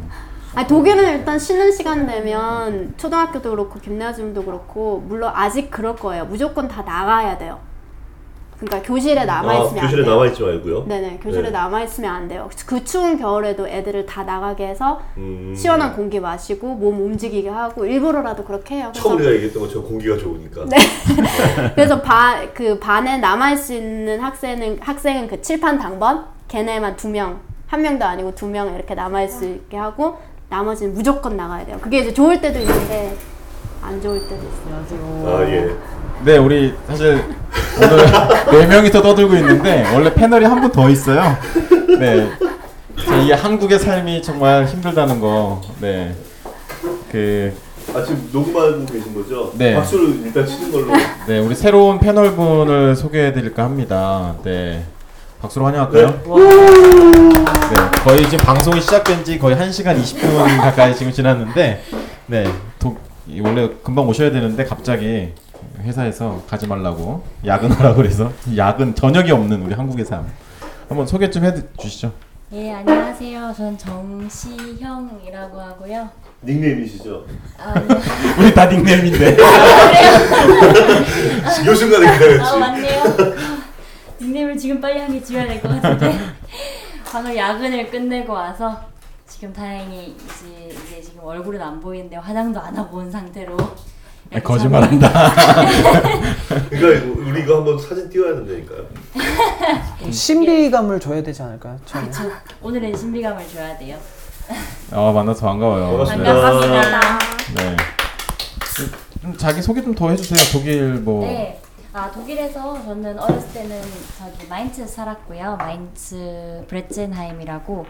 A: 아 독일은 일단 쉬는 시간 되면 초등학교도 그렇고 김나지움도 그렇고 물론 아직 그럴 거예요. 무조건 다 나가야 돼요. 그러니까 교실에 남아
C: 아,
A: 있으면 안
C: 교실에
A: 돼요.
C: 남아 있지 말고요.
A: 네네 교실에
C: 네.
A: 남아 있으면 안 돼요. 그 추운 겨울에도 애들을 다 나가게 해서
C: 음.
A: 시원한 공기 마시고 몸 움직이게 하고 일부러라도 그렇게 해요. 그래서
C: 처음 우리가 얘기했던 것처럼 공기가 좋으니까.
A: 네. <laughs> 그래서 바, 그 반에 남아 있는 학생은 학생은 그 칠판 당번 걔네만 두 명, 한 명도 아니고 두 명 이렇게 남아 있을 수 있게 하고 나머지는 무조건 나가야 돼요. 그게 이제 좋을 때도 있는데 안 좋을 때도 있어요.
D: 안녕하세요.
C: 아 예.
B: 네, 우리 사실 오늘 <laughs> 네 명이서 떠들고 있는데 원래 패널이 한 분 더 있어요. 네, 저이 한국의 삶이 정말 힘들다는 거, 네, 그,
C: 아 지금 녹음하고 계신 거죠?
B: 네.
C: 박수를 일단 치는 걸로.
B: 네, 우리 새로운 패널 분을 소개해드릴까 합니다. 네, 박수로 환영할까요?
C: 네.
B: 네, 거의 지금 방송이 시작된 지 거의 1시간 20분 가까이 지금 지났는데, 네, 도, 이 원래 금방 오셔야 되는데, 갑자기 회사에서 가지 말라고, 야근하라고 그래서, 야근, 저녁이 없는 우리 한국의 삶. 한번 소개 좀 해주시죠.
F: 예, 안녕하세요. 전 정시형이라고 하고요.
C: 닉네임이시죠?
F: 아, 네.
B: 우리 다 닉네임인데.
C: <laughs> 요 순간에
F: 아,
C: 기다렸지.
F: 맞네요. <laughs> 닉네임을 지금 빨리 한 개 지어야 될 것 같은데. <laughs> 방금 야근을 끝내고 와서 지금 다행히 이제, 이제 지금 얼굴은 안 보이는데 화장도 안 하고 온 상태로.
B: 아, 거짓말한다.
C: 그러니까 이거- 우리 이거 한번 사진 띄워야 된다니까요.
A: 음.
D: 좀 신비감을 줘야 되지 않을까요? 저는.
F: 그렇죠. <laughs> 오늘은 신비감을 줘야 돼요.
B: 아 만나서 반가워요.
C: 반갑습니다.
F: 반갑습니다.
B: 네. 좀 자기 소개 좀 더 해주세요. 독일 뭐.
F: 네. 아, 독일에서 저는 어렸을 때는 저기 마인츠 살았고요. 마인츠 브레첸하임이라고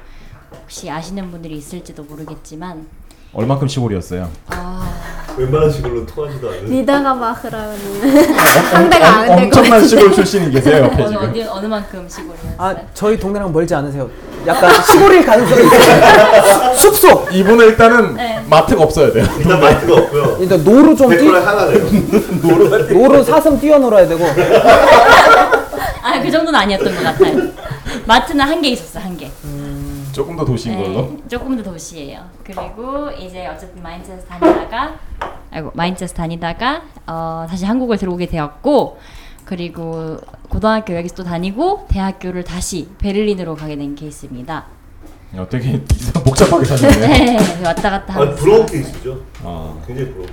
F: 혹시 아시는 분들이 있을지도 모르겠지만
B: 얼마큼 시골이었어요?
F: 아,
C: 웬만한 식으로 통하지도
B: 네.
C: 않는.
A: 니다가 마흐라는 <laughs> 상대가 안 될 것
B: 엄청난
A: 같아.
B: 시골 출신이 계세요 옆에
F: <laughs> 어느,
B: 지금.
F: 어디, 어느 만큼 시골이었어요?
D: 아 저희 동네랑 멀지 않으세요. 약간 시골일 가능성이 있어요. 숲속.
B: 이분은 일단은
F: 네.
B: 마트가 없어야 돼요. <laughs>
C: 일단 마이크가 없고요.
D: 일단 노루 좀 뛰.
C: 댓글에 하나네요.
D: 노루 사슴 뛰어놀아야 되고.
F: 아, 그 정도는 아니었던 것 같아요. 마트는 한 개 있었어, 한 개.
B: 조금 더 도시인 걸로.
F: 네, 조금 더 도시예요. 그리고 이제 어쨌든 마인츠에서 다니다가 아이고 마인츠에서 다니다가 어, 다시 한국을 들어오게 되었고 그리고 고등학교 여기서 또 다니고 대학교를 다시 베를린으로 가게 된 케이스입니다.
B: 어, 되게 이상 복잡하게 사셨네.
F: 네, 왔다 갔다
C: 아,
F: 하면서
C: 부러운 케이스죠.
B: 어.
C: 굉장히 부러워.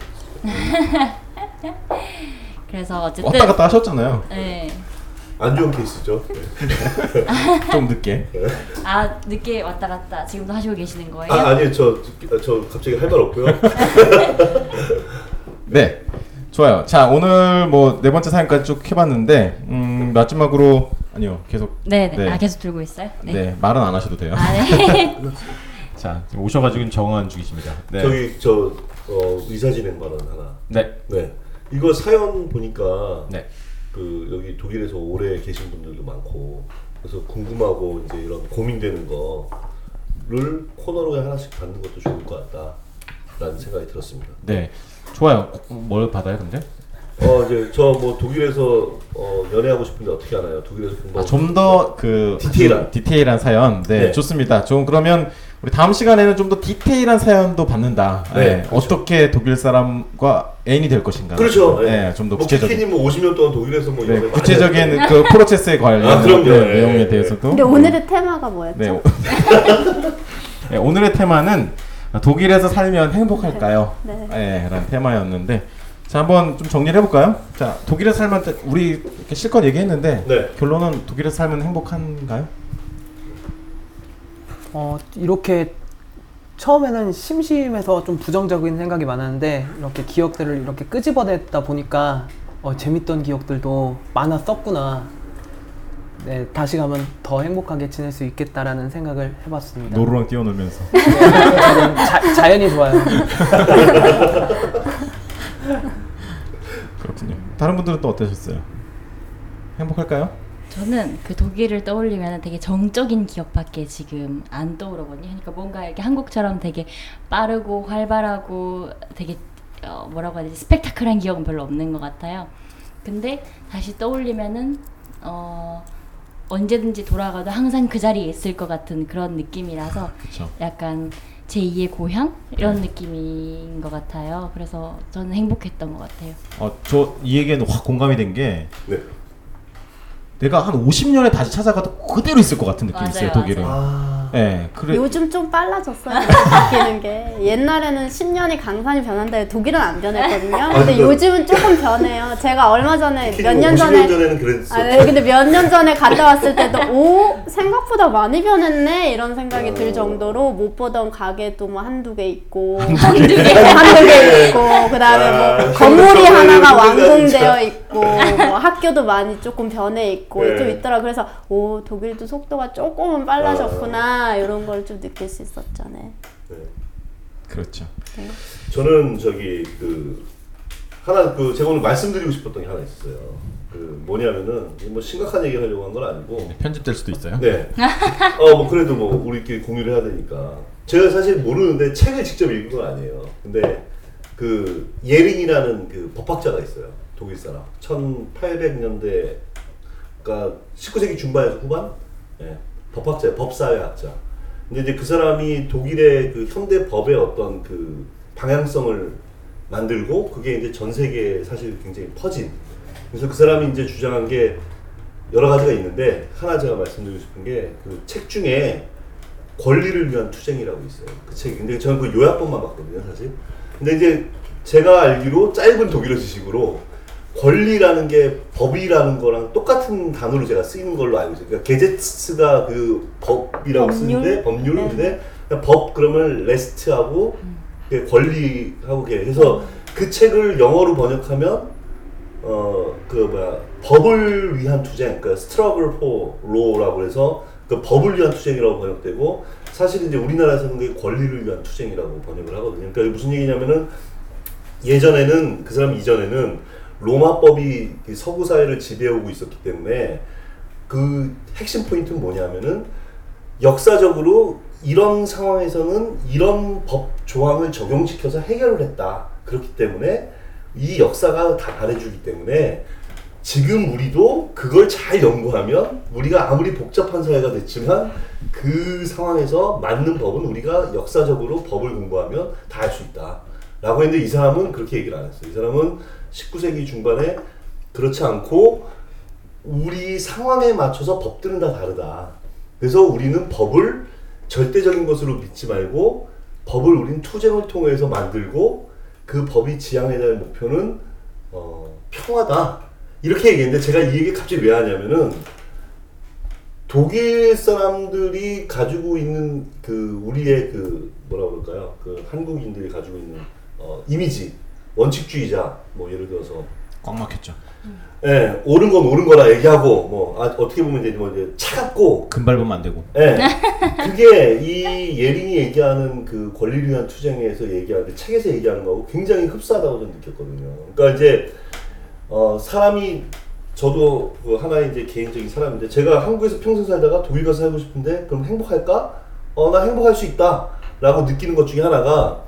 F: 그래서 어쨌든
B: 왔다 갔다 하셨잖아요.
F: 네.
C: 안 좋은 케이스죠. 네.
B: 좀 늦게.
F: 아 늦게 왔다 갔다 지금도 하시고 계시는 거예요?
C: 아, 아니요. 저, 저 갑자기 할 말 없고요.
B: 네. 좋아요. 자 오늘 뭐 네 번째 사연까지 쭉 해봤는데 음, 마지막으로 아니요 계속
F: 네네.
B: 네.
F: 아 계속 들고 있어요?
B: 네. 말은 안 하셔도 돼요.
F: 아 네.
B: <laughs> 자 지금 오셔가지고 지금 정한 중이십니다. 네.
C: 저기, 저, 어, 의사진행 발언 하나.
B: 네.
C: 네. 이거 사연 보니까
B: 네.
C: 그 여기 독일에서 오래 계신 분들도 많고 그래서 궁금하고 이제 이런 고민되는 거를 코너로 하나씩 받는 것도 좋을 것 같다라는 생각이 들었습니다.
B: 네. 좋아요. 뭘 받아요 근데?
C: 어 이제 저 뭐 독일에서 어, 연애하고 싶은데 어떻게 하나요? 독일에서 공부.
B: 아, 좀 더 그
C: 디테일한.
B: 디테일한 사연. 네,
C: 네.
B: 좋습니다. 좀 그러면 우리 다음 시간에는 좀 더 디테일한 사연도 받는다.
C: 네,
B: 네,
C: 그렇죠.
B: 어떻게 독일 사람과 애인이 될 것인가.
C: 그렇죠.
B: 네, 좀 더
C: 뭐
B: 구체적인.
C: 키키님 뭐 50년 동안 독일에서 뭐
B: 네,
C: 연애 많이
B: 구체적인 그 프로세스에 관련
C: 아, 그럼요.
B: 네,
C: 예,
B: 내용에
C: 예.
B: 대해서도.
A: 근데 오늘의 테마가 뭐였죠?
B: 네. <laughs> 오- 네, 오늘의 테마는 독일에서 살면 행복할까요?
A: 네.
B: 네, 라는 테마였는데 자 한번 좀 정리를 해볼까요? 자 독일에서 살면 때- 우리 이렇게 실컷 얘기했는데
C: 네.
B: 결론은 독일에서 살면 행복한가요?
D: 어, 이렇게 처음에는 심심해서 좀 부정적인 생각이 많았는데 이렇게 기억들을 이렇게 끄집어냈다 보니까 어, 재밌던 기억들도 많았었구나. 네, 다시 가면 더 행복하게 지낼 수 있겠다라는 생각을 해봤습니다.
B: 네. 노루랑 뛰어놀면서.
D: 저는 자, 자연이 좋아요.
B: 그렇군요. 다른 분들은 또 어떠셨어요? 행복할까요?
F: 저는 그 독일을 떠올리면 되게 정적인 기억밖에 지금 안 떠오르거든요. 그러니까 뭔가 이렇게 한국처럼 되게 빠르고 활발하고 되게 어, 뭐라고 해야 되지 스펙타클한 기억은 별로 없는 것 같아요. 근데 다시 떠올리면은 어, 언제든지 돌아가도 항상 그 자리에 있을 것 같은 그런 느낌이라서
B: 그렇죠.
F: 약간 제 2의 고향 이런 느낌인 것 같아요. 그래서 저는 행복했던 것 같아요.
B: 어, 저 이 얘기에는 확 공감이 된 게
C: 네.
B: 내가 한 50년에 다시 찾아가도 그대로 있을 것 같은 느낌이 있어요,
F: 맞아요,
B: 독일은. 예, 그래.
A: 요즘 좀 빨라졌어요. 느끼는 게 옛날에는 10년이 강산이 변한데 독일은 안 변했거든요. 근데
C: 근데-
A: 요즘은 조금 변해요. 제가 얼마
C: <laughs>
A: 전에 몇 년
C: 50년
A: 전에
C: 전에는 그랬어.
A: 아, 네. 근데 몇 년 전에 갔다 왔을 때도 오 생각보다 많이 변했네 이런 생각이 들 정도로 못 보던 가게도 뭐 한두 개 있고 한두 개 한두 개 있고
C: 아,
A: 그다음에 뭐
C: 생각
A: 건물이
C: 정말
A: 하나가
C: 힘들다,
A: 완공되어
C: 진짜.
A: 있고 뭐 학교도 많이 조금 변해 있고
C: 네.
A: 좀 있더라 그래서 오 독일도 속도가 조금은 빨라졌구나 이런 걸 좀 느낄 수 있었잖아요.
C: 네.
B: 그렇죠.
C: 저는 저기 그 하나 그 제가 오늘 말씀드리고 싶었던 게 하나 있었어요. 그 뭐냐면은 뭐 심각한 얘기 하려고 한 건 아니고
B: 편집될 수도 있어요.
C: 네. 어, 뭐 그래도 뭐 우리끼리 공유를 해야 되니까. 제가 사실 모르는데 책을 직접 읽은 건 아니에요. 근데 그 예링이라는 그 법학자가 있어요. 독일 사람. 1800년대 그러니까 19세기 중반에서 후반 예. 법학자예요. 법사의 학자. 근데 이제 그 사람이 독일의 그 현대 법의 어떤 그 방향성을 만들고 그게 이제 전 세계에 사실 굉장히 퍼진. 그래서 그 사람이 이제 주장한 게 여러 가지가 있는데 하나 제가 말씀드리고 싶은 게 그 책 중에 권리를 위한 투쟁이라고 있어요. 그 책이. 근데 저는 그 요약본만 봤거든요, 사실. 근데 이제 제가 알기로 짧은 독일어 지식으로 권리라는 게 법이라는 거랑 똑같은 단어로 제가 쓰이는 걸로 알고 있어요. 그러니까 게제츠가 그 법이라고
F: 법률?
C: 쓰는데 법률
F: 네.
C: 근데 그냥 법 그러면 레스트하고
F: 음.
C: 그 권리하고 이렇게 해서 그 책을 영어로 번역하면 어 그 뭐야 법을 위한 투쟁 그 struggle for law라고 해서 그 법을 위한 투쟁이라고 번역되고 사실 이제 우리나라에서는 그게 권리를 위한 투쟁이라고 번역을 하거든요. 그러니까 이게 무슨 얘기냐면은 예전에는 그 사람 이전에는 로마법이 이 서구 사회를 지배하고 있었기 때문에 그 핵심 포인트는 뭐냐면은 역사적으로 이런 상황에서는 이런 법 조항을 적용시켜서 해결을 했다. 그렇기 때문에 이 역사가 다 말해주기 때문에 지금 우리도 그걸 잘 연구하면 우리가 아무리 복잡한 사회가 됐지만 그 상황에서 맞는 법은 우리가 역사적으로 법을 공부하면 다 할 수 있다. 라고 했는데 이 사람은 그렇게 얘기를 안 했어요. 이 사람은 19세기 중반에 그렇지 않고 우리 상황에 맞춰서 법들은 다 다르다. 그래서 우리는 법을 절대적인 것으로 믿지 말고 법을 우린 투쟁을 통해서 만들고 그 법이 지향해야 할 목표는 어, 평화다. 이렇게 얘기했는데 제가 이 얘기 갑자기 왜 하냐면은 독일 사람들이 가지고 있는 그 우리의 그 뭐라 그럴까요? 그 한국인들이 가지고 있는 어, 이미지 원칙주의자 뭐 예를 들어서
B: 꽉 막혔죠.
C: 예, 옳은 건 옳은 거라 얘기하고 뭐 아, 어떻게 보면 이제 뭐 이제 차갑고
B: 금발보면 안 되고.
C: 예. 그게 이 예린이 얘기하는 그 권리를 위한 투쟁에서 얘기하는 그 책에서 얘기하는 거하고 굉장히 흡사하다고 저는 느꼈거든요. 그러니까 이제 어, 사람이 저도 그 하나의 이제 개인적인 사람인데 제가 한국에서 평생 살다가 독일 가서 살고 싶은데 그럼 행복할까? 어, 나 행복할 수 있다라고 느끼는 것 중에 하나가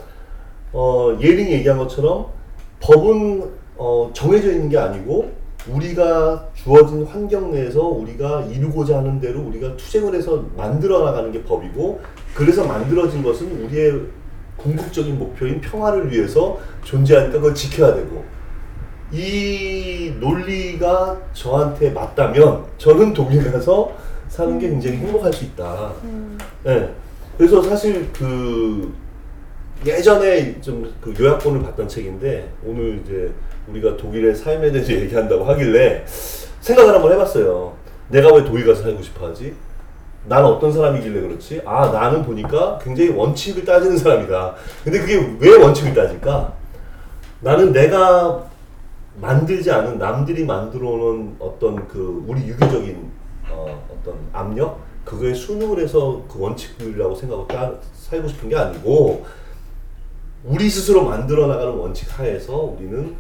C: 어, 예린이 얘기한 것처럼 법은 어, 정해져 있는 게 아니고 우리가 주어진 환경 내에서 우리가 이루고자 하는 대로 우리가 투쟁을 해서 만들어 나가는 게 법이고 그래서 만들어진 것은 우리의 궁극적인 목표인 평화를 위해서 존재하니까 그걸 지켜야 되고 이 논리가 저한테 맞다면 저는 독일 가서 사는 게 굉장히 행복할 수 있다. 네. 그래서 사실 그 예전에 좀 그 요약본을 봤던 책인데 오늘 이제 우리가 독일의 삶에 대해서 얘기한다고 하길래 생각을 한번 해봤어요. 내가 왜 독일 가서 살고 싶어하지? 난 어떤 사람이길래 그렇지? 아 나는 보니까 굉장히 원칙을 따지는 사람이다. 근데 그게 왜 원칙을 따질까? 나는 내가 만들지 않은 남들이 만들어 오는 어떤 그 우리 유교적인 어, 어떤 압력 그거에 순응을 해서 그 원칙이라고 생각하고 따, 살고 싶은 게 아니고 우리 스스로 만들어 나가는 원칙 하에서 우리는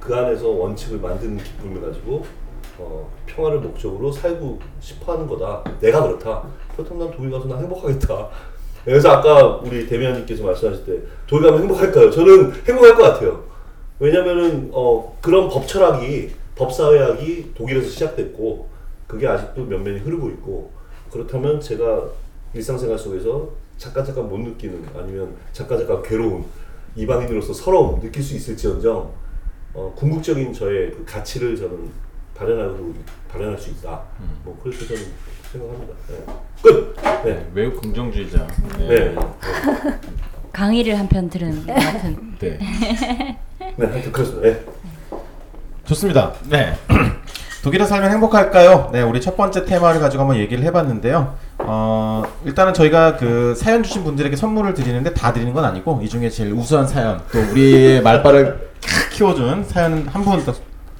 C: 그 안에서 원칙을 만드는 기쁨을 가지고 어, 평화를 목적으로 살고 싶어하는 거다. 내가 그렇다. 그렇다면 난 독일 가서 나 행복하겠다. 그래서 아까 우리 대면님께서 말씀하실 때 독일 가면 행복할까요? 저는 행복할 것 같아요. 왜냐면은 어, 그런 법 철학이 법 사회학이 독일에서 시작됐고 그게 아직도 면면이 흐르고 있고 그렇다면 제가 일상생활 속에서 잠깐 잠깐 못 느끼는 아니면 잠깐 잠깐 괴로운 이방인으로서 서러움 느낄 수 있을지언정 어, 궁극적인 저의 그 가치를 저는 발현하고 발현할 수 있다. 뭐 그렇게 저는 생각합니다. 네. 끝. 네.
B: 매우 긍정주의자.
C: 네. 네.
F: 강의를 한 편 들은 것 같은
B: 네.
C: 네. 하여튼 그렇습니다. 네.
B: 좋습니다. 네. <clears throat> 독일에 살면 행복할까요? 네, 우리 첫 번째 테마를 가지고 한번 얘기를 해봤는데요. 어, 일단은 저희가 그 사연 주신 분들에게 선물을 드리는데 다 드리는 건 아니고 이 중에 제일 우수한 사연, 또
A: <laughs>
B: 우리의 말발을 캬 키워준 사연 한 분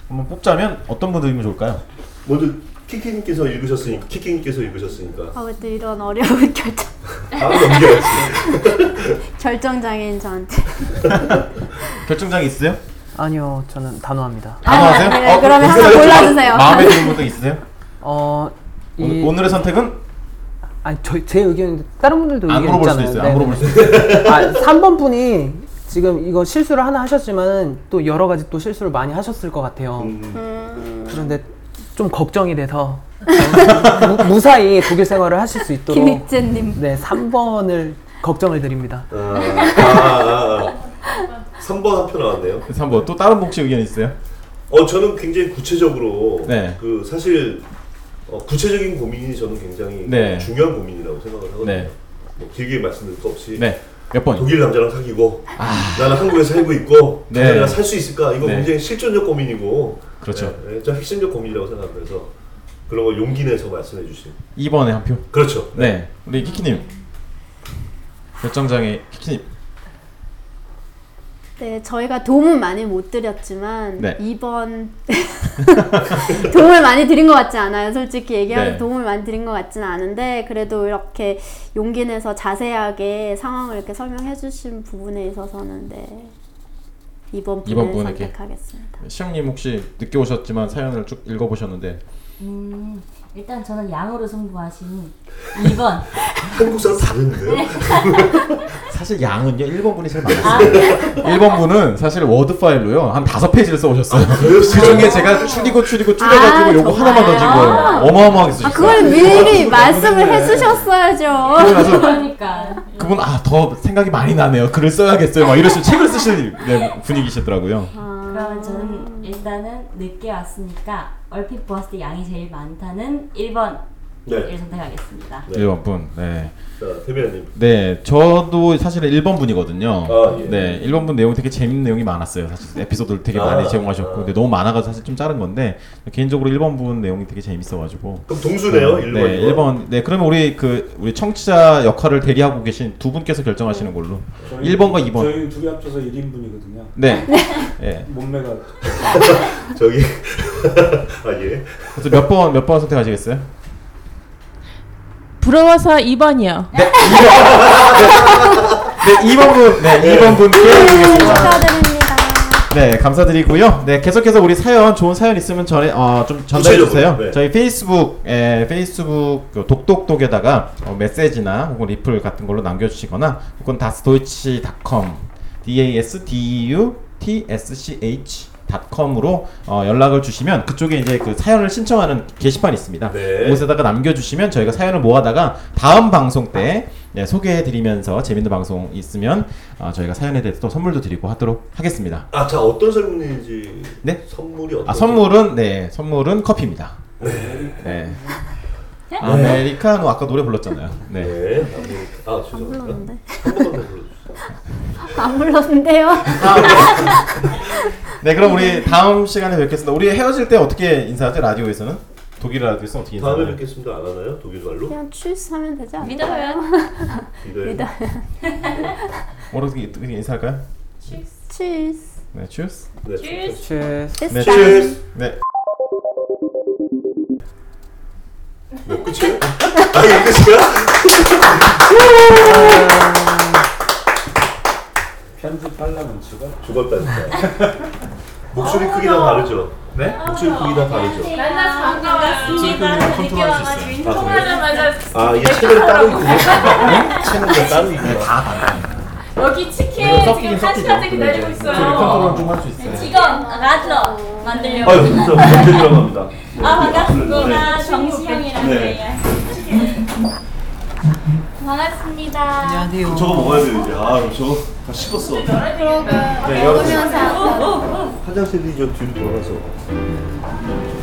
B: 한번 뽑자면 어떤 분 드리면 좋을까요?
C: 먼저 키키님께서 읽으셨으니까 키키님께서 읽으셨으니까
A: 아, 근데 이런 어려운 결정,
C: 바로 넘겨야지.
A: <laughs> 결정장애인 저한테.
B: 결정장 있으세요?
D: 아니요, 저는 단호합니다.
B: 단호하세요? 어,
A: 네, 그러면 항상 골라주세요.
B: 마음에 드는 분도 있으세요?
D: 어, 이,
B: 오늘, 오늘의 선택은
D: 아니 저, 제 의견인데 다른 분들도
B: 안
D: 의견
B: 물어볼 수도
D: 있잖아요.
B: 있어요. 안
D: 네, 네.
B: 물어볼 수도 있어요.
D: 아, 3번 분이 지금 이거 실수를 하나 하셨지만 또 여러 가지 또 실수를 많이 하셨을 것 같아요.
C: 음.
D: 그런데 좀 걱정이 돼서 무, 무사히 독일 생활을 하실
A: <laughs>
D: 수 있도록
G: 김익재님.
D: 네 3번을 걱정을 드립니다.
C: 아, 아, 아. 3번 한 표 나왔네요.
B: 3번 또 다른 복지 의견 있어요?
C: 어, 저는 굉장히 구체적으로
B: 네.
C: 그 사실 어, 구체적인 고민이 저는 굉장히
B: 네.
C: 중요한 고민이라고 생각을 하거든요.
B: 네.
C: 뭐 길게 말씀드릴 거 없이
B: 네. 몇 번이요?
C: 독일 남자랑 사귀고 나는 한국에 살고 있고
B: 네.
C: 네. 내가 살 수 있을까? 이거
B: 네.
C: 굉장히 실존적 고민이고
B: 그렇죠.
C: 네, 네, 저 핵심적 고민이라고 생각합니다. 그래서 그런 거 용기 내서 말씀해 주신
B: 2번에 한 표.
C: 그렇죠.
B: 네. 우리 키키님. 결정장애 키키님.
A: 네, 저희가 도움은 많이 못 드렸지만
B: 네.
A: 2번 <laughs> 도움을 많이 드린 것 같지 않아요. 솔직히 얘기하면
B: 네.
A: 도움을 많이 드린 것 같지는 않은데 그래도 이렇게 용기 내서 자세하게 상황을 이렇게 설명해 주신 부분에 있어서는 네. 2번
B: 이번
A: 분을
B: 분에게.
A: 선택하겠습니다.
B: 시영님 혹시 늦게 오셨지만 사연을 쭉 읽어보셨는데
F: 음, 일단 저는 양으로 승부하신
C: <laughs>
F: 2번.
C: 한국 사람 다른데요?
B: 사실 양은요 1번 분이 제일
A: 아,
B: 많았어요. <laughs> 1번 분은 사실 워드 파일로요 한 다섯 페이지를 써오셨어요. 그 중에 제가 추리고 추리고 추려가지고
A: 아,
B: 요거 하나만
F: 정말요?
B: 던진 거예요. 어마어마하게
A: 아,
B: 쓰셨어요.
A: 그걸
B: <laughs>
A: 미리 말씀을 해 주셨어야죠.
B: 네. 그래서
F: 그러니까.
B: 그분 아 더 생각이 많이 나네요. 글을 써야겠어요. 막 이러시면 책을 쓰실 네, 분위기시더라고요.
A: 아.
E: 아.
F: 그러면 저는 일단은 늦게 왔으니까 얼핏 보았을 때 양이 제일 많다는 1번을
C: 네.
F: 선택하겠습니다.
C: 네.
B: 1번 분. 네.
C: 자, 태민아님.
B: 네, 저도 사실은 1번 분이거든요.
C: 아, 예.
B: 네, 1번 분 내용이 되게 재밌는 내용이 많았어요. 사실 에피소드를 되게 많이
C: 아,
B: 제공하셨고,
C: 아.
B: 근데 너무 많아가지고 사실 좀 자른 건데 개인적으로 1번 분 내용이 되게 재밌어가지고.
C: 그럼 동수네요, 일 1번.
B: 네, 1번. 네, 그러면 우리 그 우리 청취자 역할을 대리하고 계신 두 분께서 결정하시는 걸로. 1번과 2번.
H: 저희 둘이 합쳐서 1인분이거든요.
B: 네. 네.
H: 몸매가
C: 저기. <laughs> 아, 예.
B: 그래서 몇 번 몇 번 선택하시겠어요?
E: 부러워서 2번이요.
B: 네, 2번 분. 네, 2번 분께 드리겠습니다.
A: 축하드립니다.
B: 네, 감사드리고요. 네, 계속해서 우리 사연 좋은 사연 있으면 전에 어, 좀 전달해
C: 구체적으로,
B: 주세요.
C: 네.
B: 저희 페이스북 에, 페이스북 그 독독독에다가 어, 메시지나 혹은 리플 같은 걸로 남겨 주시거나 혹은 dasdeutsch.com d a s d u t s c h .com으로 어, 연락을 주시면 그쪽에 이제 그 사연을 신청하는 게시판이 있습니다.
C: 네.
B: 그곳에다가 남겨주시면 저희가 사연을 모아다가 다음 방송 때 네, 소개해드리면서 재밌는 방송 있으면 어, 저희가 사연에 대해서 또 선물도 드리고 하도록 하겠습니다.
C: 아, 자, 어떤 선물인지.
B: 네?
C: 선물이 어떤
B: 아 선물은 네 선물은 커피입니다. 네. 아메리카노 아까 노래 불렀잖아요. 네.
C: 네. 아메리카- 아, 죄송합니다.
A: 불렀는데.
C: 한 번만 더 불러주세요.
A: 안 불렀는데요.
B: 네 그럼 우리 다음 시간에 뵙겠습니다. 우리 헤어질 때 어떻게 인사하죠? 라디오에서는 독일 라디오에서는 어떻게
C: 다음에
B: 인사하나요?
C: 뵙겠습니다. 안 하나요? 독일말로?
A: 그냥 출수하면 되지 않아요?
F: 믿어요.
A: <laughs> 네.
C: 이거예요.
B: 어떻게 어떻게 인사할까요?
A: 출스.
B: 네, cheers.
C: 네.
F: Cheers.
D: 제
B: 네,
A: 출스.
B: cheers. 네,
C: 뭐, 끝이에요? 아, 이게 끝이야?
H: 편집 팔라면치가
C: 죽었다니까. 목소리
E: 어.
C: 크기랑 다르죠?
B: 네?
C: 목소리 크기랑 다르죠?
E: 만나서 아, 반가웠습니다.
B: 컨트롤 할수 있어요.
C: 아, 그래요?
E: 통화하자마자 네.
C: 아, 이게 책은 따로 있군요. 네? 책은 그냥 따로 있구나.
E: 여기 치킨
C: 네,
E: 지금 한 시간째 기다리고 있어요.
B: 컨트롤 좀할수 있어요.
F: 직원 라들러 만들려고.
C: 아유, 네, 감사합니다. 굉장히 감사합니다.
F: 아 반갑습니다. 정시영이라고
C: 네.
F: 해요. 반갑습니다.
D: 안녕하세요.
C: 그 저거 먹어야 돼, 이제. 아, 저거 다 식었어.
E: 그러니까
C: 네, 여러분. 화장실이 저 뒤로 돌아가서.